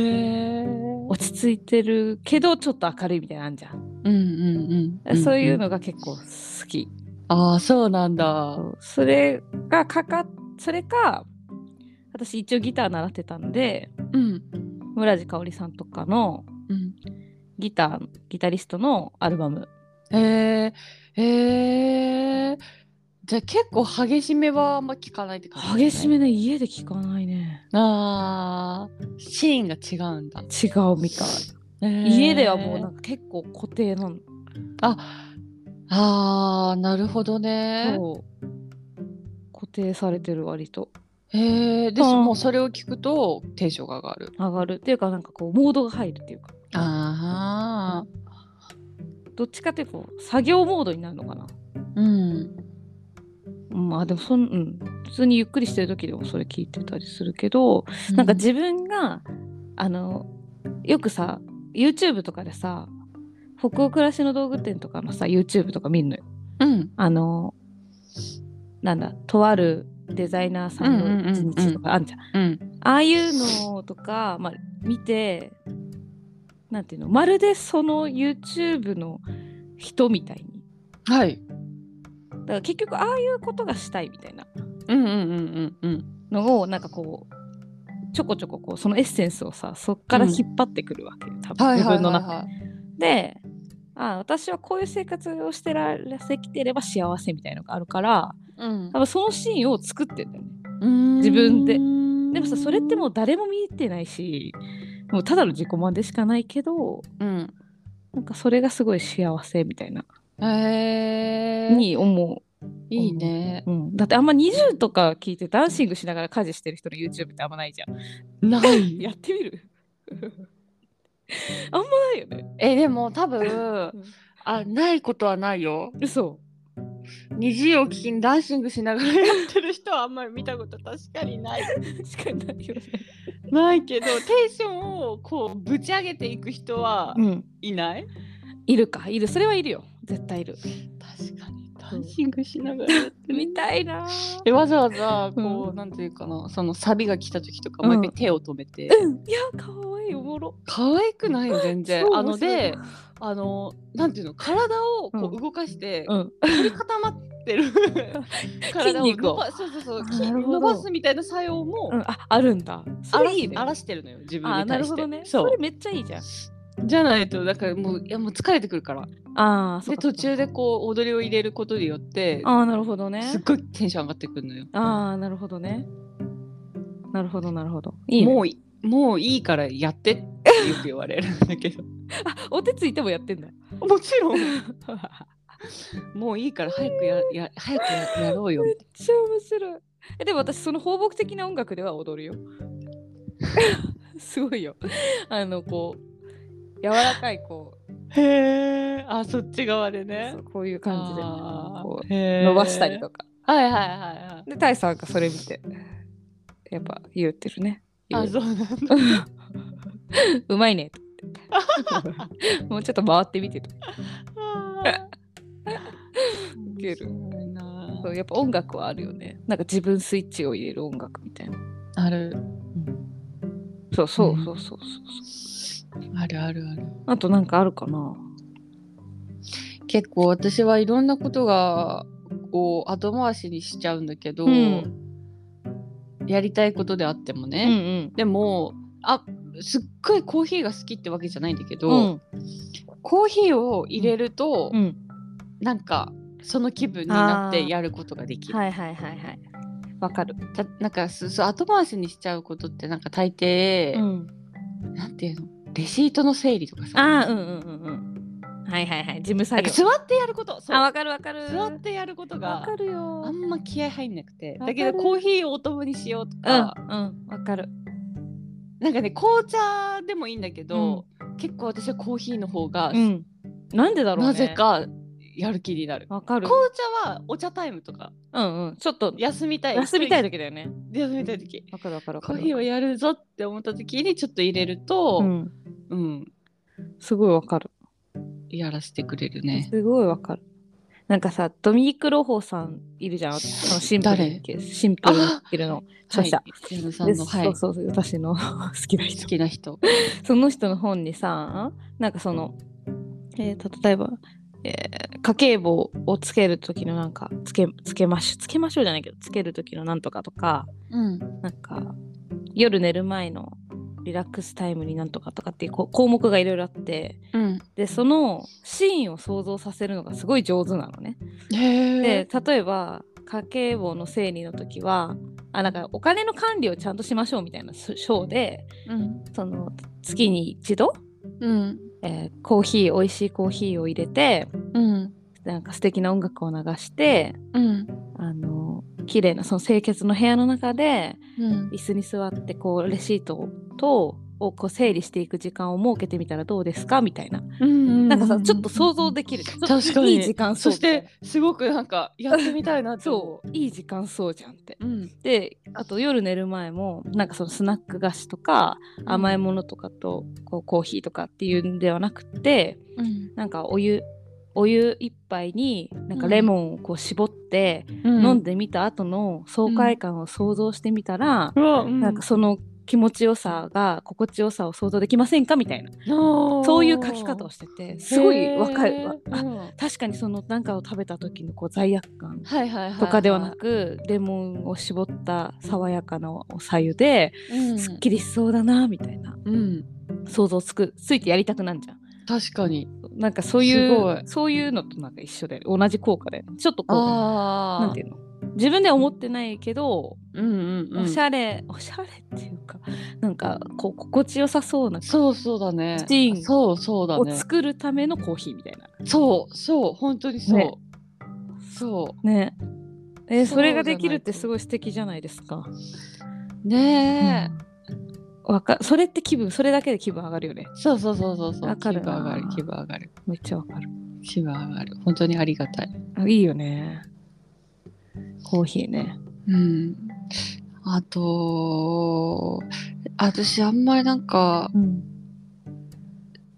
B: え。
A: 落ち着いてるけどちょっと明るいみたいなのあんじゃん、
B: うんうんうん。
A: そういう。のが結構好き、
B: ああそうなんだ。
A: それがかかそれか私一応ギター習ってたんで
B: うん
A: 村地香織さんとかの
B: うん。
A: ギターギタリストのアルバム
B: へえへえ。じゃあ結構激しめはあんま聞かないって感じだね。
A: 激しめね家で聴かないね
B: あーシーンが違うんだ、
A: 違うみたい家ではもうなんか結構固定なの
B: ああーなるほどね。
A: そう固定されてる割と
B: へえで
A: あー
B: もうそれを聞くとテンションが上がる。
A: 上がるっていうかなんかこうモードが入るっていうか
B: ああ
A: どっちかっていうとこう作業モードになるのかな
B: うん。
A: まあでもそん、うん、普通にゆっくりしてる時でもそれ聞いてたりするけど、なんか自分があのよくさ YouTube とかでさ北欧暮らしの道具店とかのさ YouTube とか見るのよ。
B: うん
A: あのなんだとあるデザイナーさん
B: うんうんうんう
A: の
B: ん
A: 一日とかあんじゃん。
B: うん
A: ああいうのとか、まあ、見てなんていうのまるでその YouTube の人みたいに。
B: はい。
A: だから結局ああいうことがしたいみたいな。
B: うんうんうんうんうん。
A: のをなんかこうちょこちょここうそのエッセンスをさそっから引っ張ってくるわけよ、多分
B: はい
A: 自
B: はいはい、は
A: 分
B: い、
A: の中で。あ私はこういう生活をしてらしてきてれば幸せみたいのがあるから
B: うん
A: 多分そのシーンを作ってんだよね。自
B: 自
A: 分でで
B: で
A: もさそれってもう誰も見てないしもうただの自己満でしかないけど
B: うん、
A: なんかそれがすごい幸せみたいな
B: えー、
A: に思
B: いいね。
A: う、うん、だってあんま20とか聞いてダンシングしながら家事してる人の YouTube ってあんまないじゃん。
B: ない。
A: やってみる あんまないよね。
B: えでも多分あないことはないよ。
A: 嘘。
B: 虹を聞きにダンシングしながらやってる人はあんまり見たこと確かにない。
A: しかないよね。
B: ないけどテンションをこうぶち上げていく人は
A: うん。
B: いない。
A: いるか、いる。それはいるよ。絶対いる。
B: 確かにダ
A: ン
B: ンシングしながらやって
A: 見
B: る。
A: たいなー。
B: えわざわざこう、
A: う
B: なんていうかなそのサビが来た時とかもう一回手を止めて、
A: うん。いや、かわいい、おもろ。
B: 可愛くないよ全然
A: そう
B: あの
A: 面白い
B: であのなんていうの体をこ
A: う
B: う動かして、
A: うん。
B: 凝り固 まってる体を
A: 筋肉を
B: 伸ばそうそうそう
A: あ
B: 筋
A: なるほど
B: 伸ばすみたいな作用も
A: うん、あ、あるんだ。そ
B: 荒ら
A: れ
B: す
A: いいね。
B: 荒らしてるのよ自分
A: あ、
B: に
A: な
B: 対
A: る
B: し
A: ほ
B: て
A: どね。そ
B: そ
A: れめっちゃいいじゃん。
B: うじゃないとだからもういやもう疲れてくるから
A: ああ、そ
B: で
A: っかそっ
B: 途
A: か
B: 中でこう踊りを入れることによって
A: ああ、なるほどね
B: すっ。ごいテンション上がってくるのよ
A: ああ、なるほどね。なるほど、なるほど。いいね。
B: もういもういいからやってってよく言われるんだけど
A: あ、お手つい てもやってんだ。
B: もちろん もういいから早くやや早くややろうよ
A: めっちゃ面白い。えでも私その放牧的な音楽では踊 るよ。すごいよ。あのこう柔らかいこう
B: へえあそっち側でね
A: そうこういう感じでこう
B: で
A: 伸ばしたりとか。
B: はいはいはいは
A: でタイさんがそれ見てやっぱ言ってるね。
B: いあそうなん だ
A: うんうまいねとか言って。 もうちょっと回ってみてと。ウケる
B: 面白いな
A: そうやっぱ音楽はあるよね。なんか自分スイッチを入れる音楽みたいな。
B: ある
A: そうそうそうそうそうそ
B: あるあるある
A: う。あとなんかあるかな。
B: 結構私はいろんなことがこう後回しにしちゃうんだけど、
A: うん
B: やりたいことであって
A: う
B: も
A: んう
B: ね、
A: ん。
B: でもあすっごいコーヒーが好きってわけじゃないんだけど、
A: うん
B: コーヒーを入れると、
A: うん。
B: なんかその気分になってやることができる、
A: はいはいはいはい。わかる。
B: たなんかすそう後回しにしちゃうことってなんか大抵、
A: ん、
B: なんていうのレシートの整理とかさ
A: ああ、うんうんうんうん。はいはいはい。事務
B: な
A: 作
B: んか
A: 業。
B: 座ってやることそう
A: あ、わかるわかる。
B: 座ってやること
A: わ
B: が
A: かるよ。
B: あんま気合入んなくて
A: わか
B: だ
A: る
B: けどコーヒーをお供にしようと
A: うんう
B: か、
A: ん。わかる。
B: なんかね紅茶でもいいんだけど、結構私はコーヒーの方が、
A: うん。なんでだろうね。
B: なぜ。かやる気になる
A: わかる。
B: 紅茶はお茶タイムとか
A: うんうん。ちょっと
B: 休みたい
A: 休みたい時だよね。
B: 休みたい時
A: わかるわかるわ
B: コ
A: かる。
B: ーヒーをやるぞって思った時にちょっと入れると、
A: う
B: うん
A: ん。すごいわかる。
B: やらせてくれるね。
A: すごいわかる。なんかさ、ドミニク・ロホさんいるじゃん。そのシンプルにシンプルに生きるの。著者。
B: はい、ジェームさん
A: で
B: の、はい、
A: そう
B: 好
A: そうそう、私の 好きな人。
B: きな人。
A: その人の本にさなんかその、えーと例えば、えー家計簿をつける時のなんかつけつけましょうつけましょうじゃないけどつける時のなんとかとか
B: うん、
A: なんか夜寝る前のリラックスタイムになんとかとかっていうこう項目がいろいろあって
B: うん、
A: でそのシーンを想像させるのがすごい上手なのね。
B: へ
A: で
B: え。
A: 例えば家計簿の整理の時はあなんかお金の管理をちゃんとしましょうみたいな章で
B: うん、
A: その月に一度
B: うん、
A: えーコーヒー美味しいコーヒーを入れて
B: うん、
A: なんか素敵な音楽を流して
B: うん
A: あの綺麗なその清潔の部屋の中で
B: うん
A: 椅子に座ってこうレシートとをこう整理していく時間を設けてみたらどうですかみたいな、
B: うん
A: なんかさちょっと想像できるじゃん
B: 確かに
A: いい時間そ
B: そうし
A: みたい
B: て
A: な
B: すごくなんかやってみたいなって思
A: そういい時間そうじゃんって
B: う。うん
A: であと夜寝る前もなんかそのスナック菓子とか
B: ん
A: 甘いものとかとこうコーヒーとかっていうんではなくて
B: うん
A: なんかお湯お湯一杯になんかレモンをこう絞って飲ん
B: で、
A: でみた後の爽快感を想像してみたら、
B: うわうん、
A: なんかその気持ちよさが心地よさを想像できませんかみたいなそ
B: そう
A: いう書き方をしててすごいわかるわあ
B: うん、は
A: 確かにその何かを食べた時のこう罪悪感
B: いはいはい、はい、
A: とかではなくレモンを絞った爽やかなおさゆで、
B: うん、
A: すっきりしそうだなみたいな
B: うん、
A: 想像つくついてやりたくなんじゃん
B: 確かに
A: なんかそうい
B: すごいう
A: そういうのとなんか一緒で同じ効果でちょっとこう
B: ああ
A: なんていうの自分では思ってないけど、
B: うんうんうん
A: おしゃれおしゃれっていうかなんかこう心地よさそうな
B: そうそうだね
A: スチーン
B: そうそうだ
A: を
B: ね
A: 作るためのコーヒーみたいな
B: そうそう本当にそう、
A: ね
B: そ
A: ねえー
B: そう
A: それができるって
B: じゃないと
A: すごい素敵じゃないですか。
B: うねえ、
A: わかそれって気分それだけで気分上がるよね。
B: そうそうそうそうそう
A: わかる
B: 気分上が
A: な
B: る気分上がる
A: めっちゃわかる。
B: 気分上がる本当にありがたい
A: あいいよね。コーヒーね。
B: うんあとあ私あんまりなんか
A: うん。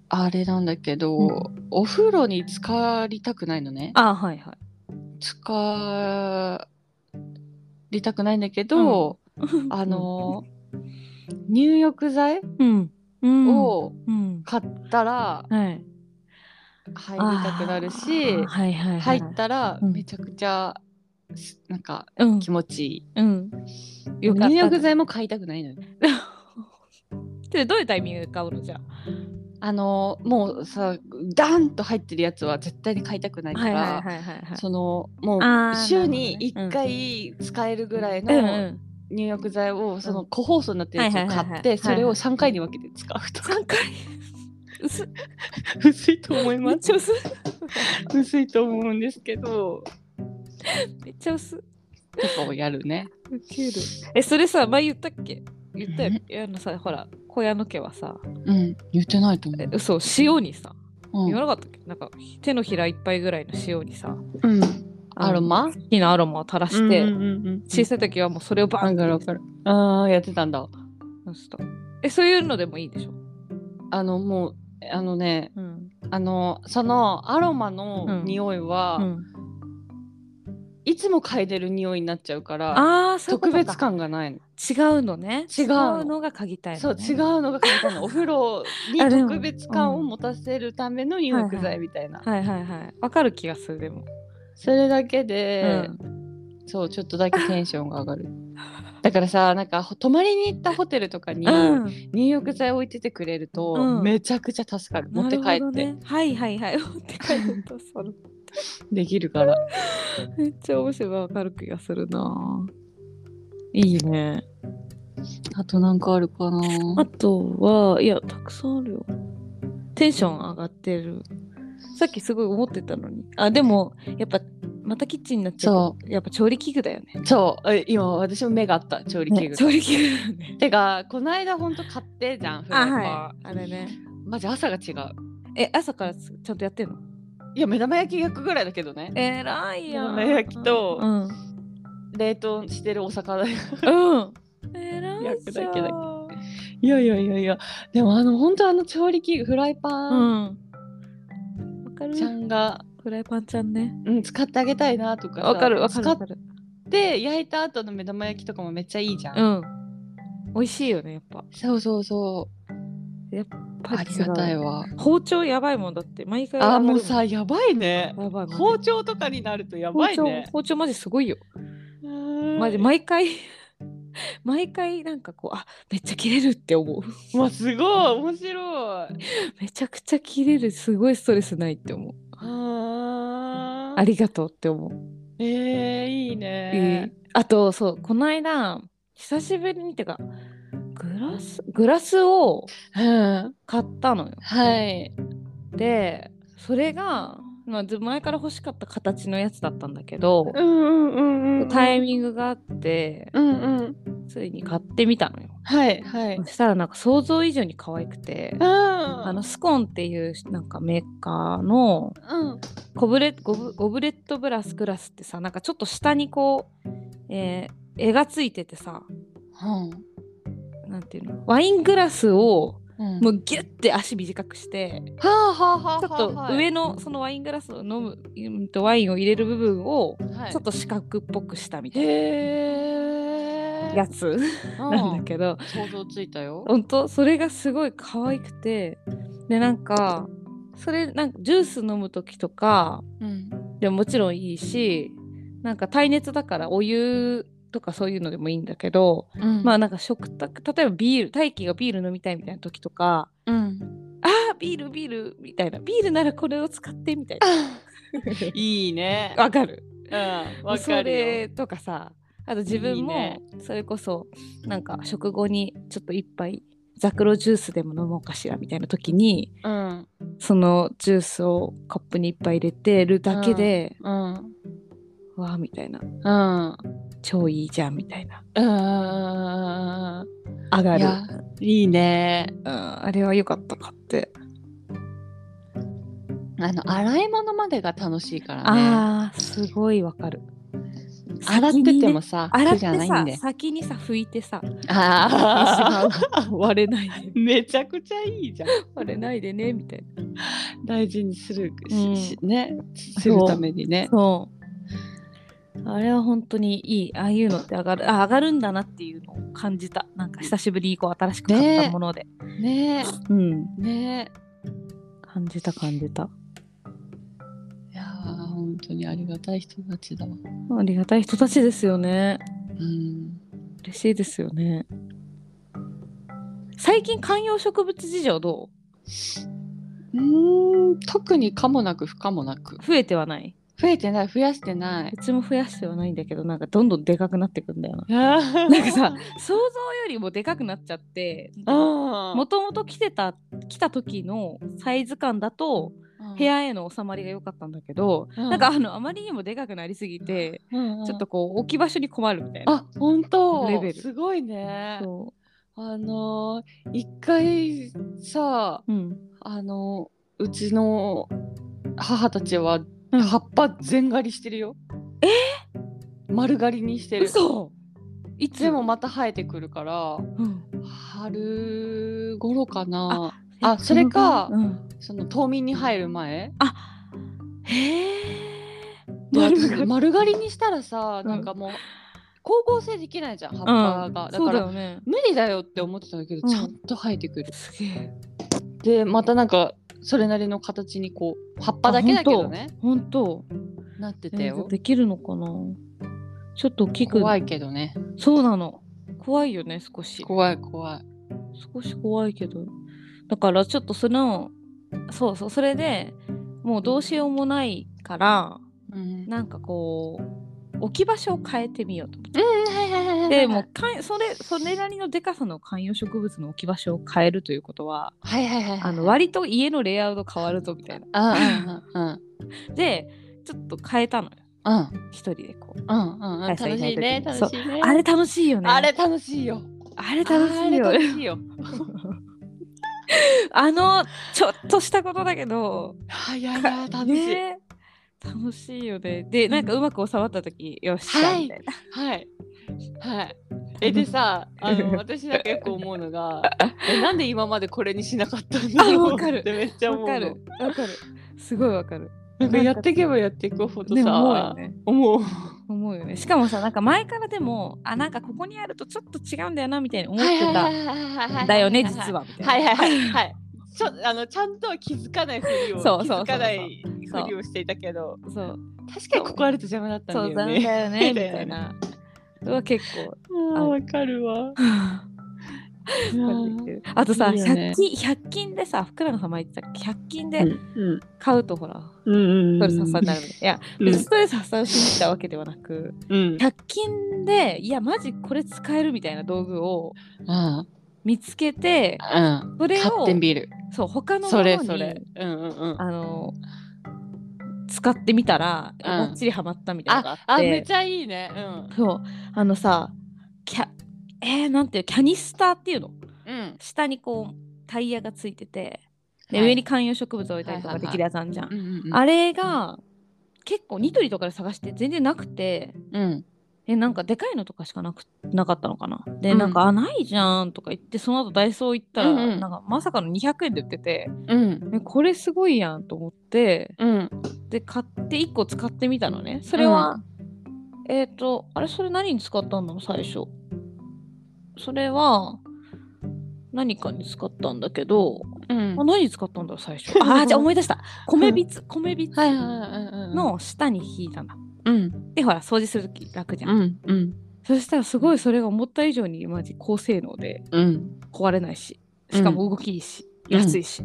B: あれなんだけど、
A: うん
B: お風呂に浸かりたくないのね
A: あはい はい。
B: 浸かりたくないんだけど、あの入浴剤
A: うん。うん。
B: を
A: うん。
B: 買ったら
A: はい。
B: 入りたくなるし、
A: あーはいはいは
B: 入
A: い。
B: ったら
A: うん
B: めちゃくちゃ、すなんか
A: うん
B: 気持ちいい、
A: うん。よかった。
B: 入浴剤も買いたくないのよ
A: ってどういうタイミング で買うのじゃ
B: あのもうさダンと入ってるやつは絶対に買いたくない
A: あ。
B: から、
A: いはいは
B: そのも
A: あ
B: う
A: ー
B: 週に
A: なるほ
B: 1
A: ど
B: 回使えるぐらい
A: うんう
B: の
A: ん。
B: 入浴剤をその個包装になってるやつを
A: はいはいはいは
B: 買
A: い
B: ってそれ
A: はいは
B: を
A: い
B: 3回に分けて使うとか
A: 三回。薄い。
B: 薄いと思い
A: め
B: ま
A: っ
B: す
A: ちゃ薄い。
B: 薄いと思うんですけど
A: めっちゃ薄い。
B: とかをやるね。
A: ウケるえそれさ前言ったっけ言ったよ、ね、あのさほら小屋の家はさ
B: うん言ってないと思
A: え嘘塩にさ
B: う。
A: 言わなかったっけなんか手のひらいっぱいぐらいの塩にさ
B: うん、
A: あの
B: アロマ
A: 好きなアロマを垂らして、
B: うんうんうんうん
A: 小さい時はもうそれをバン
B: わかるわかる。ああやってたんだ。
A: そうしたえそういうのでもいいでしょ、
B: あのもうあのね
A: うん
B: あのそのアロマの
A: うん
B: 匂いは、いつも嗅いでる匂いになっちゃうから
A: ああそういうこ
B: 特
A: とか
B: 別感がないの。
A: 違うのね
B: 違うの
A: のが嗅ぎたい
B: そ
A: の、
B: う
A: ね、
B: 違うのが嗅ぎた いの。お風呂に
A: あでも
B: 特別感を持たせるための入浴剤みたいな。
A: はいはいはいわかる気がするでも、
B: それだけで、
A: うん
B: そうちょっとだけテンションが上がる。 だからさなんかほ泊まりに行ったホテルとかに
A: うん
B: 入浴剤置いててくれると、
A: うん
B: めちゃくちゃ助かる持って帰
A: なる
B: っ
A: ほど
B: て、
A: ね、はいはいはい持って帰るとそれ
B: できるから
A: めっちゃ面白いわかる気がするなぁいいね
B: あとなんかあるかな
A: あとはいやたくさんあるよテンション上がってるさっきすごい思ってたのにあでもやっぱまたキッチンになっちゃうとやっぱ調理器具だよね
B: そうえ今私も目があった調理器具、
A: ね調理器具だよ ね
B: てかこの間ほんと買ってじゃんフラ
A: あ
B: イパン、
A: はいあれね
B: マジ朝が違う
A: え朝からちゃんとやってんの
B: いや目玉焼き焼くぐらいだけどね
A: えらいやん
B: 目玉焼きと
A: うん、うん
B: 冷凍してるお魚い
A: えらい
B: 焼く
A: じゃ
B: だけだけ
A: ん
B: やいやいやいやでもあのほんとあの調理器具フライ
A: う
B: パン
A: んわかる
B: ちゃんが、
A: フライパンちゃんね
B: うん、使ってあげたいなとかさ
A: わかるわかる
B: 使
A: わ
B: っ
A: かる
B: て焼いた後の目玉焼きとかもめっちゃいいじゃん、
A: うん美味しいよねやっぱ
B: そうそうそ
A: パ
B: うあ
A: リ
B: り
A: 違う
B: がたいわ
A: 包丁やばいもんだって毎回
B: あーもう
A: 上が
B: さやばいね
A: るもんやばいマジ
B: 包丁とかになるとやば
A: 包
B: い
A: 丁、
B: ね
A: 包丁マジすごいよ
B: マ
A: マジ毎回 毎回なんかこうあめっちゃ切れるって思う
B: まあすごい面白い
A: めちゃくちゃ切れるすごいストレスないって思う
B: あ
A: ありがとうって思う、
B: えー、いいね、
A: うんあとそうこの間久しぶりにってかグラスグラスを
B: うん
A: 買ったのよ
B: はい
A: でそれがまあ、ず前から欲しかった形のやつだったんだけど、
B: うんうんうんうん。
A: タイミングがあって
B: うんうん。
A: ついに買ってみたのよ。
B: はいはい
A: そ。したらなんか想像以上に可愛くて。あ
B: あ
A: のスコンっていうなんかメーカーの
B: うん。
A: ゴブレゴブゴブレットブラスクラスってさなんかちょっと下にこう、えー絵がついててさなんていうのワイングラスを
B: うん。
A: もうギュッて足短くして
B: はあはあはあはあ。
A: ちょっと上のそのワイングラスを飲むうんとワインを入れる部分を
B: はい
A: ちょっと四角っぽくしたみたいな
B: へえ。
A: やつなんだけど
B: うん想像ついたよ。
A: 本当それがすごい可愛くてでなんかそれなんかジュース飲む時とか
B: うん。
A: でももちろんいいしなんか耐熱だからお湯とかそういうのでもいいんだけど、
B: うん
A: まあなんか食卓例えばビール大輝がビール飲みたいみたいな時とか
B: うん。
A: あービールビールみたいなビールならこれを使ってみたい
B: いいね
A: な。わかる
B: うん。わ
A: そ
B: かるよ。
A: れとかさあと自分
B: いいね
A: もそれこそなんか食後にちょっと一杯ザクロジュースでも飲もうかしらみたいな時に
B: うん。
A: そのジュースをカップにいっぱい入れてるだけで、
B: うん。
A: うわーみたいな
B: うん。
A: 超いいじゃんみたいな
B: うん。
A: 上が
B: い
A: る、
B: や、いいね。
A: うん、あれは良かったかって、
B: あの、洗い物までが楽しいからね。
A: あーすごいわかる
B: 洗っててもさ、
A: 洗
B: 苦
A: って
B: じゃない
A: さ
B: んで。
A: 先にさ拭いてさ
B: あ
A: 一番割れないで
B: ー めちゃくちゃいいじゃん。
A: 割れないでねみたいな
B: 大事にする、
A: うん
B: ししね、するためにね。
A: そうあれは本当にいいああいうのって上がるあ上がるんだなっていうのを感じたなんか久しぶりにこう新しく買ったもので、
B: ね
A: うん
B: え、ね
A: 感じた感じた
B: え。いやー、本当にありがたい人たちだわ。
A: ありがたい人たちですよね
B: うん。
A: 嬉しいですよね最近観葉植物事情ど
B: うーん、特にかもなく不可もな
A: う。
B: く
A: 増えてはない。
B: 増えてない、増やしてないう
A: ちも増やしてはないんだけどなんかどんどんでかくなってくんだよななん
B: な
A: か さ、想像よりもでかくなっちゃっても
B: も
A: ともと来てた来た時のサイズ感だと部、屋への収まりが良かったんだけど、
B: うん
A: なんか、あのあまりにもでかくなりすぎて、
B: うんうん
A: ちょっとこう置き場所に困るみたいな。
B: あ、本当
A: レベル
B: すごいね。
A: そ
B: あのー一回さ、
A: ううん、
B: あのーうちの母たちは
A: うん
B: 葉っぱ全刈りしてるよ。え丸刈りにしてる。
A: 嘘いつ
B: でも、また生えてくるから、
A: うん
B: 春頃かな。あそれか
A: うん、
B: その冬眠に入る前。
A: あへえ
B: で
A: 丸
B: 私
A: が
B: 丸刈りにしたらさ、
A: うん
B: なんかもう光合成できないじゃん葉っぱが、だ
A: そう
B: か
A: だ
B: ら
A: よね
B: 無理だよって思ってたんだけど、
A: うん
B: ちゃんと生えてくる
A: すげえ
B: でまたなんかそれなりの形にこう葉っぱだけだけどね
A: 本当
B: なってたよ
A: できるのかなちょっと大きく
B: 怖いけどね
A: そうなの怖いよね少し
B: 怖い怖い
A: 少し怖いけどだからちょっとそのそうそうそれでもうどうしようもないから
B: うん、
A: なんかこう置き場所を変えてみようと思って
B: うんはいはいはいはい
A: でもうかんそれそれなりのでかさの観葉植物の置き場所を変えるということは
B: はいはいはい
A: あの割と家のレイアウト変わるぞみたいな
B: うんうん
A: でちょっと変えたのよ
B: うん
A: 一人でこう
B: うんうんうん
A: はい
B: 楽
A: そういな
B: し
A: い
B: い
A: 時
B: ね
A: に
B: 楽しいね
A: あれ楽しいよね
B: あれ楽しいよ
A: あれ楽しいよ
B: あれ楽しいよ
A: あのちょっとしたことだけど
B: はいはいはい楽しい、
A: ね楽しいよねでなんかうまく収まった時、よっしゃ
B: はい
A: みたいな、
B: はい。はい。えでさ、あの私なんかよく思うの が、えなんで今までこれにしなかったんだろ
A: あ
B: う
A: わかる
B: ってめっちゃ思
A: わか
B: うの
A: る。わかるすごいわかる
B: なんかやっていけばやっていくほど
A: ね思うよ
B: さ、
A: ね
B: 思う。
A: 思うよねしかもさなんか前からでもあなんかここにあるとちょっと違うんだよなみたいに思ってた
B: た
A: だよね実。はみたいな、
B: はいはい はいはい。ちょあのちゃんとは気づかないふりを
A: そうそう
B: 気
A: そうそう
B: づかないふりをしていたけど、
A: そう
B: 確かにここあると邪魔だった
A: そうん
B: だ
A: な
B: よ
A: ん
B: ね。
A: だよねみ
B: みたいな
A: たいなうわ結構
B: あーわかるわ。
A: いやーあとさ
B: いいよ
A: 100
B: ね
A: 均100均でさ福永さん前言ってた100均
B: うん
A: で買うとほら、
B: うん
A: ス
B: う
A: ト
B: ん
A: レス発散になるのいや
B: うん
A: 別にストレス発散をしに来たわけではなく、
B: うん。
A: 100均でいやマジこれ使えるみたいな道具を
B: あ
A: 見つけて
B: あうん。
A: それ
B: 買っ
A: を
B: てビール。
A: そう他のも
B: そ
A: の
B: れ
A: に
B: それ。うんうんうん。
A: あの使ってみたら、
B: うん
A: ばっちりハマったみたいなの
B: あ
A: があっ
B: あ
A: て
B: めちゃいいねうん
A: そうあのさキャえー、なんていうキャニスターっていうの
B: うん
A: 下にこうタイヤがついててで、
B: はい
A: 上に観葉植物置いたりとかできるやつあんじゃん、
B: うんうんうん
A: あれが結構ニトリとかで探して全然なくて
B: うん
A: えなんかでかいのとかしかなくなかったのかなで、
B: うん
A: なんか「あないじゃん」とか言ってその後ダイソー行ったら、
B: うんうん
A: なんかまさかの200円で売ってて
B: うん
A: えこれすごいやんと思って
B: うん
A: で買って1個使ってみたのねそれは、えっ、とあれそれ何に使ったんだろう最初それは何かに使ったんだけど、
B: うん
A: あ何に使ったんだろう最初あーじゃあ思い出 した米びつ米びつ
B: はいはいはいはい
A: の下に引いたんだ
B: うん
A: でほら掃除する時楽じゃん、
B: うんうん
A: そしたらすごいそれが思った以上にマジ高性能で
B: うん
A: 壊れないししかも動きいいし、
B: うん
A: 安いし、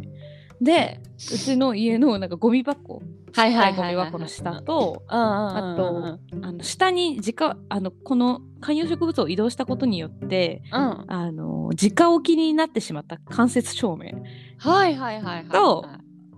A: でうちの家のなんかゴミ箱
B: はいは
A: はいいゴ
B: はい
A: ミ
B: はい
A: 箱の下と
B: うんうんうんうん
A: ああの下に直あのこの観葉植物を移動したことによって
B: うん
A: あの直置きになってしまった間接照明
B: はいはいはいはい
A: と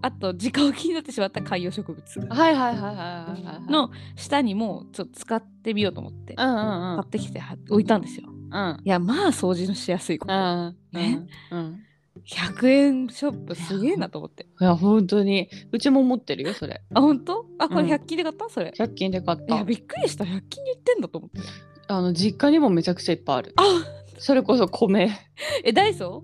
A: あと直置きになってしまった観葉植物
B: はいはいはいはいはいはい
A: の下にもちょっと使ってみようと思って
B: う
A: 買
B: んうんうん
A: ってきては置いたんですよ。
B: うん
A: いやまあ掃除のしやすいこと
B: うん
A: ね
B: うん
A: 100円ショップすげえなと思って。
B: いや本当にうちも持ってるよそれ
A: あ、本当？あ、これ
B: うん
A: 100均で買ったそれ。い
B: 100均で買っ
A: や、
B: た
A: びっくりした。100均に売ってんだと思って。
B: あの実家にもめちゃくちゃいっぱいある
A: あ、
B: それこそ米
A: え、ダイソ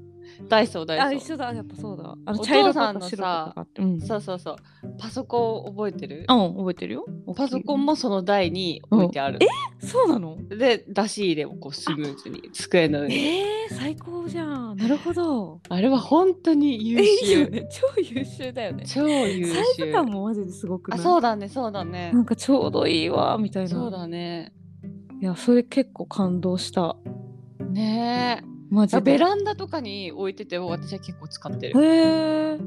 B: ダイソー
A: ーあ、
B: ダイ
A: 一
B: ソ
A: 緒
B: ー
A: だ。やっぱそうだ。あ
B: お父
A: 茶色と
B: さん
A: か
B: の
A: 白とかあって。うん。
B: そうそうそうパソコン覚えてる
A: あ、うん、覚えてるよ。
B: パソコ
A: ン。
B: ンもその台に置いてある、
A: そうなの
B: で出し入れをこうスムーズに机の上に
A: えー、最高じゃん。なるほど。
B: あれは本当に優
A: え、いいよ
B: 秀
A: ね。超優秀だよね。
B: 超優秀
A: サイズ感もマジですごくな
B: あ
A: い
B: そうだねそうだね
A: なんかちょうどいいわ、みたいな。
B: そうだね
A: いや、それ結構感動した。
B: ね
A: マ
B: え
A: ジで。
B: ベランダとかに置いてて私は結構使ってる
A: へえ。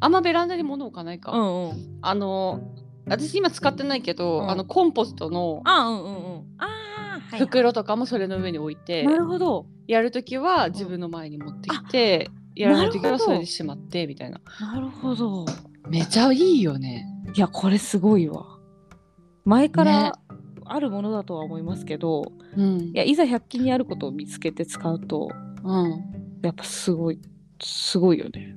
B: あんまベランダに物置かないか、
A: うんうん。
B: あの私今使ってないけど、
A: うん
B: あのコンポストの
A: あ、うんうんうん。ああ、はいはい。
B: 袋とかもそれの上に置いて、
A: なるほど。
B: やるときは自分の前に持ってきて、やらないときはそれでしまってみたいな
A: なるほど。
B: めちゃいいよね
A: いや、これすごいわ。前から
B: ね
A: あるものだとは思いますけど、
B: うん
A: いや、いざ100均にあることを見つけて使うと、
B: うん、
A: やっぱすごい、すごいよね。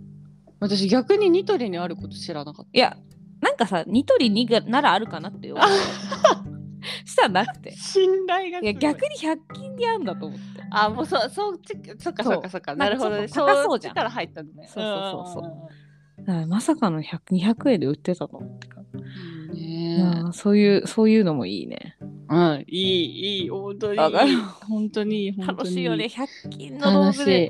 B: 私逆にニトリにあること知らなかっ
A: いや、なんかさ、ニトリにがならあるかなって思う。したらなくて
B: た。信頼が
A: いや、逆に100均にあるんだと思って。
B: あもうそそっちそっかそっかそっかなるほど
A: な
B: ね
A: んかちょっと高そうじゃん
B: っちから入ったんだね
A: そうそうそうそうん
B: ん
A: だからまさかの100 200円で売ってたのってか、
B: うん
A: い
B: ね
A: やーそういう、そういうのもいいね。
B: うんいいいい本当
A: わか
B: にい
A: る
B: い本当にいい本当に
A: 楽しいよね、100均の道
B: 楽
A: 具
B: し
A: で
B: い。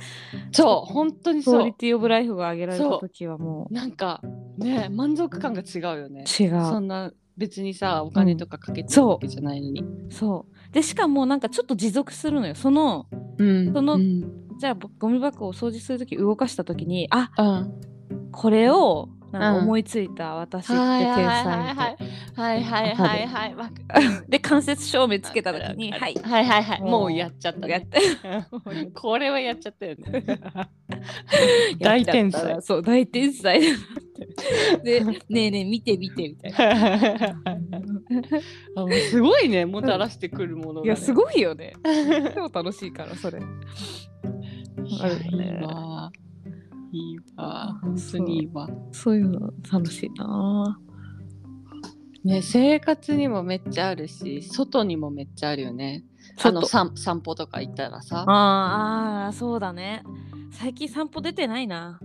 B: そう本当に
A: クオ
B: そ
A: リ
B: う
A: ティオブライフが上げられた
B: そう
A: 時はもう
B: なんかね満足感が違うよね
A: 違う。
B: そんな別にさお金とかかけてる
A: そう
B: わけじゃないのに
A: そうでしかもなんかちょっと持続するのよその
B: うん
A: その
B: うん
A: じゃあぼゴミ箱を掃除する時動かした時にあ
B: あ
A: これをなんか
B: うん
A: 思いついた私って
B: はい
A: 天
B: はい
A: 才みたい
B: はいはいはいはいはい
A: なで間接照明つけた時に
B: は
A: はいい
B: はいはいはい
A: もう
B: もうやっちゃっ た
A: やっ
B: ね
A: て
B: うんこれは やっちゃったよね
A: やっち
B: 大天才
A: ゃったらそう大天才だなってでねえねえ見て見てみた いな
B: あもうすごいねもたらしてくるものが、ね、
A: いやす
B: ご
A: ごいよ ね超楽しいからそれ
B: い
A: あ
B: や
A: るよね
B: いいわいいわ本当にいいわ
A: そういうの楽しいな
B: ね生活にもめっちゃあるし外にもめっちゃあるよね
A: ちょ
B: あ
A: っ
B: の
A: と
B: 散散歩とか行ったらさ
A: あーあーそうだね最近散歩出てないな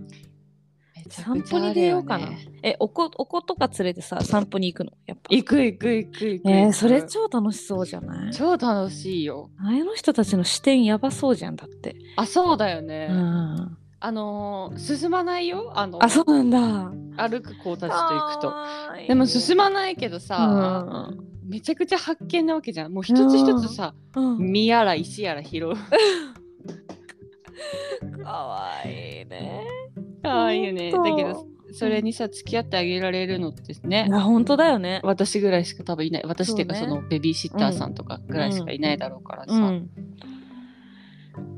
B: めちゃ
A: 散
B: くちゃ
A: 歩に
B: ある
A: 出よ
B: よ
A: うかな
B: ね。
A: え、おこ、お子とか連れてさ、散歩に行くの、やっぱ。
B: 行く行く行く行く行く
A: えーそれ超楽しそうじゃない
B: 超楽しいよ
A: あの人たちの視点やばそうじゃんだって。
B: あそうだよね、
A: うん。
B: あのー進まないよあの
A: あ、そうなんだ。
B: 歩く子たちと行くと
A: と
B: でも進
A: ま
B: まないけどさ、
A: あ
B: めちゃくちゃ発見なわけじゃんもう一つ一つさ、
A: うん。うん。
B: 実やら石やら拾う
A: かわいいね。
B: ああいうねだ
A: ほんと
B: けど。それにさ付き合ってあげられるのってね
A: い、や、本当だよね。
B: 私ぐらいしか多分いない私っていうか
A: そ
B: そう
A: ね
B: のベビーシッターさんとかぐらいしかいないだろうからさ、
A: うん。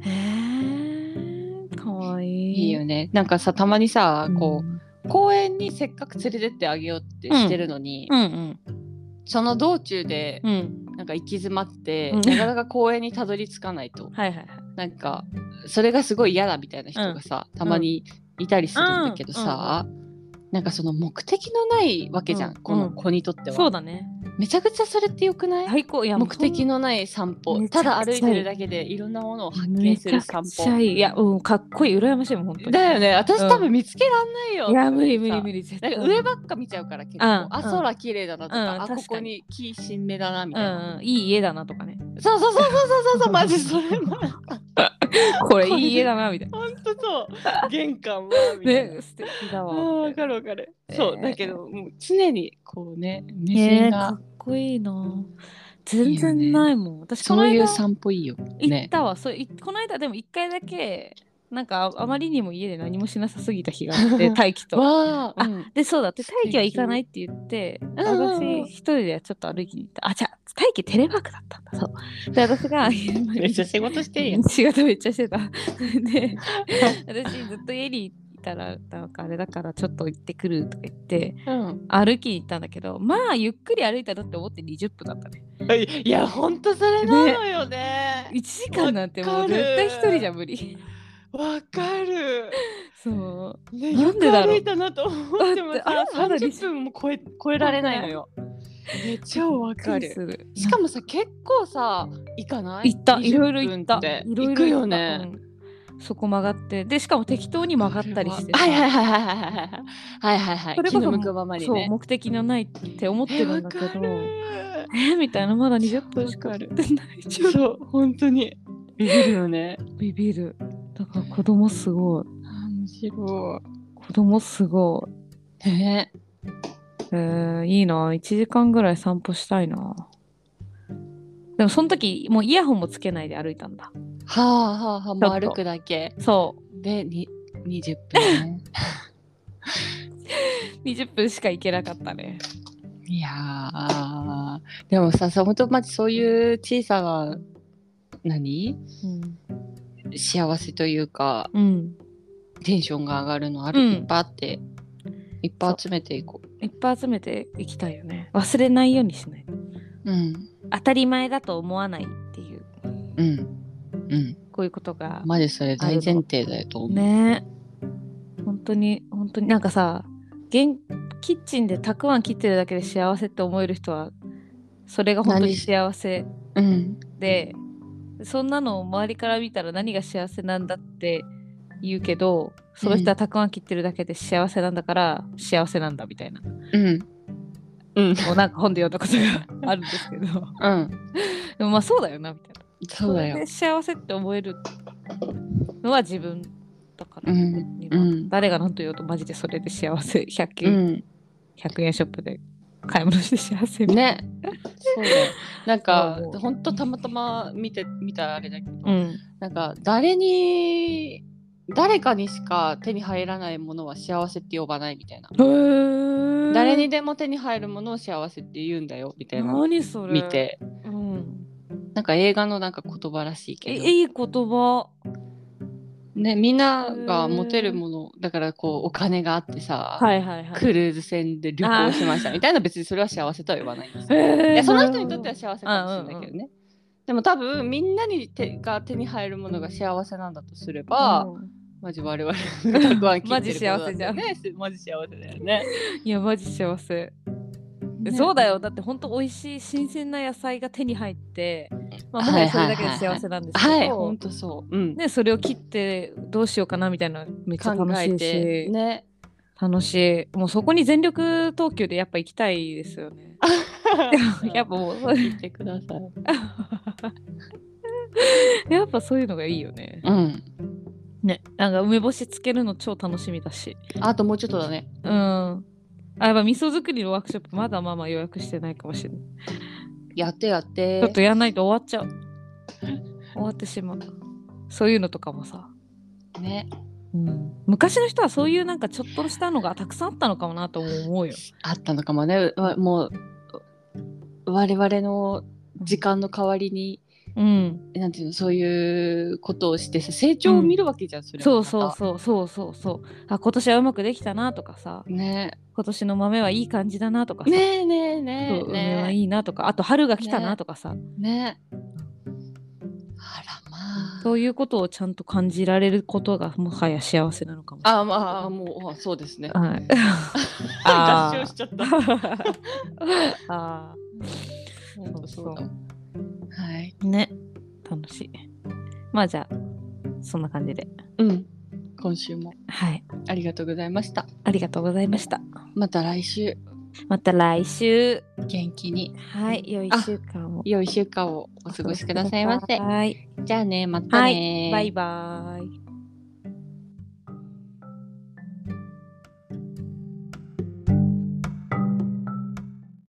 A: へえ。かわいい。
B: いいよねなんかさたまにさ
A: うん。
B: こう、公園にせっかく連れてってあげようってしてるのに、
A: うん
B: その道中で
A: うんうん
B: なんか行き詰まって、
A: うん
B: なかなか公園にたどり着かないと
A: はいはいはい
B: なんかそれがすごい嫌だみたいな人がさ、たまにいたりするんだけどさ、なんかその目的のないわけじゃん、
A: うん
B: この子にとっては、
A: そうだね
B: めちゃくちゃそれってよくない、
A: 最高いや
B: 目的のない散歩
A: めちゃ
B: た
A: くちゃ
B: だ歩いてるだけでいろんなものを
A: もう
B: 発見
A: め
B: す
A: ちゃ
B: る
A: く
B: 散
A: ちゃ
B: 歩
A: いいいやうんかっこいい羨ましいもん本当に
B: だよね私、
A: うん
B: 多分見つけらんないよ
A: いや無理無理無
B: 理
A: 理絶
B: なん
A: 対
B: か上ばっか見ちゃうから結構、
A: うん
B: あ
A: うん
B: 空綺麗だなと
A: うん
B: か、
A: 確
B: あ
A: かに
B: ここに木新芽だなみ
A: う
B: たいな、
A: んうんいい家だなとかね
B: そうそうそうそうそう そうマジそれも
A: これいい家だなみたいな
B: 本当そう玄関はみたいな、
A: ね素敵だ
B: あ
A: わ
B: ー
A: み
B: わ
A: たい
B: かるわかる、
A: えー
B: そうだけどもう常にこうね目
A: なねえ
B: 線
A: か
B: が、
A: っこいいな全然ないもん私こ
B: そ
A: の
B: うい
A: 間
B: う散歩いいよ
A: 行っ
B: ね
A: たわ、そういこの間でも一回だけなんかああまりにも家で何もしなさすぎた日があって 大輝と
B: わあ、
A: あ
B: うん
A: でそうだって大輝は行かないって言って
B: うんうんうん
A: 私一人でちょっと歩きに行ったあじゃあ大輝テレワークだったんだそうで私が
B: めっちゃ仕事してるやん
A: 仕事めっちゃして たで私ずっと家にいたらなんかあれだからちょっと行ってくるとか言って
B: うん
A: 歩きに行ったんだけどまあゆっくり歩いたなって思って20分だったね
B: いやほんとそれなのよね
A: 1時間なんてもう絶対一人じゃ無理
B: わ、かる、
A: そう
B: ね、
A: な
B: よ
A: ん
B: く
A: でだろう
B: 歩いたなと思っても
A: だってあ
B: さ
A: れまだ
B: 30分も超え超えられないのよめっちゃわかる
A: する
B: しかもさ結構さ行かない
A: 行ったいろいろ
B: 20
A: 行
B: 分
A: った
B: て
A: いろいろ
B: 行くよね、
A: うんそこ曲がってでしかも適当に曲がったりして
B: はいは
A: い
B: いはいはいはいはいはいはいはい
A: それ
B: 気
A: こそ
B: の向くままに
A: そう
B: ね
A: 目的のないって思ってるんだけど
B: え
A: えみたいなまだ20分しか
B: わ
A: 経
B: か
A: っ
B: る
A: てないじゃん
B: そう本当にビビるよね
A: ビビるだから子供すごい
B: 面白
A: 子供すごい
B: いね
A: えー、いいな1時間ぐらい散歩したいなでもその時もうイヤホンもつけないで歩いたんだ
B: はあはあはあもう
A: ちょっと
B: 歩くだけ
A: そう
B: でに20分 ね
A: 20分しか行けなかったね
B: いやーでもさ本当まずそういう小さな何
A: うん、
B: 幸せというか
A: うん、
B: テンションが上がるのある、
A: うん
B: いっぱいあっていっぱい集めていこ
A: いっぱい集めていきたいよね忘れないようにしないう
B: うん
A: 当たり前だと思わないっていう
B: うんうん
A: こういうことが、
B: マジそれ大前提だよと思う、
A: ね本当に本当になんかさ現キッチンでたくあん切ってるだけで幸せって思える人はそれが本当に
B: 何
A: 幸せ
B: うん
A: でそんなのを周りから見たら何が幸せなんだって言うけどその人はたくあん切ってるだけで幸せなんだから幸せなんだみたいな
B: うんうん
A: もうなんか本で読んだことがあるんですけど
B: うん
A: でもまあそうだよなみたいな。
B: そうだよ
A: で幸せって思えるのは自分だから、
B: うん
A: 今
B: うん
A: 誰が何と言おうとマジでそれで幸せ100均、
B: うん
A: 100円ショップで買い物して幸せみたい
B: ねそうだよなんか
A: そう
B: ほんとたまたま見て見たあれだけど、
A: な、うん、
B: なんか誰に誰かにしか手に入らないものは幸せって呼ばないみたいな、
A: へー
B: 誰にでも手に入るものを幸せって言うんだよみたいな
A: 何それ
B: 見、て
A: うん、
B: なんか映画のなんか言葉らしい
A: え
B: けど
A: いい言葉
B: ね、みんなが持てるものだからこうお金があってさ、
A: はいはいはい
B: クルーズ船で旅行しましたみたいな別にそれは幸せとは言わないんですよ。い
A: え
B: やその人にとっては幸せかもしれないけどね。でも多分みんなに手が手に入るものが幸せなんだとすれば、マジ我々がたくあん切ってることだってねマジ幸せだよね。
A: いやマジ幸せ、
B: ね
A: そうだよだって本当美味しい新鮮な野菜が手に入ってまあも
B: は
A: う
B: い
A: そ
B: はい
A: れ
B: は
A: だ
B: い
A: け
B: は
A: で
B: い
A: 幸せなんですけど、
B: はい、本当そう。うん。
A: ね、それを切ってどうしようかなみたいなのめっちゃ
B: 考
A: 楽し
B: え、、
A: いして
B: ね。
A: 楽しいもうそこに全力投球でやっぱ行きたいですよねやっぱもう
B: 言ってください。
A: やっぱそういう のがいいよね
B: うん。
A: ねなんか梅干しつけるの超楽しみだし
B: あともうちょっとだね。
A: うんあやっぱ味噌作りのワークショップまだまあまあ予約してないかもしれない、
B: やってやって。
A: ちょっとやんないと終わっちゃう終わってしまうそういうのとかもさ、
B: ね。
A: うん、昔の人はそういうなんかちょっとしたのがたくさんあったのかもなとも思うよ
B: あったのかもね。うわもう我々の時間の代わりに
A: うん、
B: なんていうのそういうことをしてさ成長を見るわけじゃん、それ
A: そ
B: も
A: うそうそうそうそうそうあ今年はうまくできたなとかさ
B: うね
A: 今年の豆はいい感じだなとかさ、
B: ねえねえね
A: そう
B: え
A: 梅は
B: ね
A: いいなとかあと春が来たなとかさ、
B: えねえあらまあ
A: そういうことをちゃんと感じられることがもはや幸せなのかもし
B: あまあもうあそうですね
A: れない。はい
B: 合
A: あ
B: 唱
A: ー
B: しちゃった
A: あ
B: 本当そうだ
A: そ
B: はい
A: ーね楽しい。まあじゃあそんな感じで
B: うん今週も
A: はい
B: ありがとうございました
A: ありがとうございました。
B: また来週
A: また来週
B: 元気に
A: はい良い
B: あ
A: 1週間を
B: 良い週間をお過ごしくださいませ
A: はい
B: じゃあねまたね、
A: バイバイ。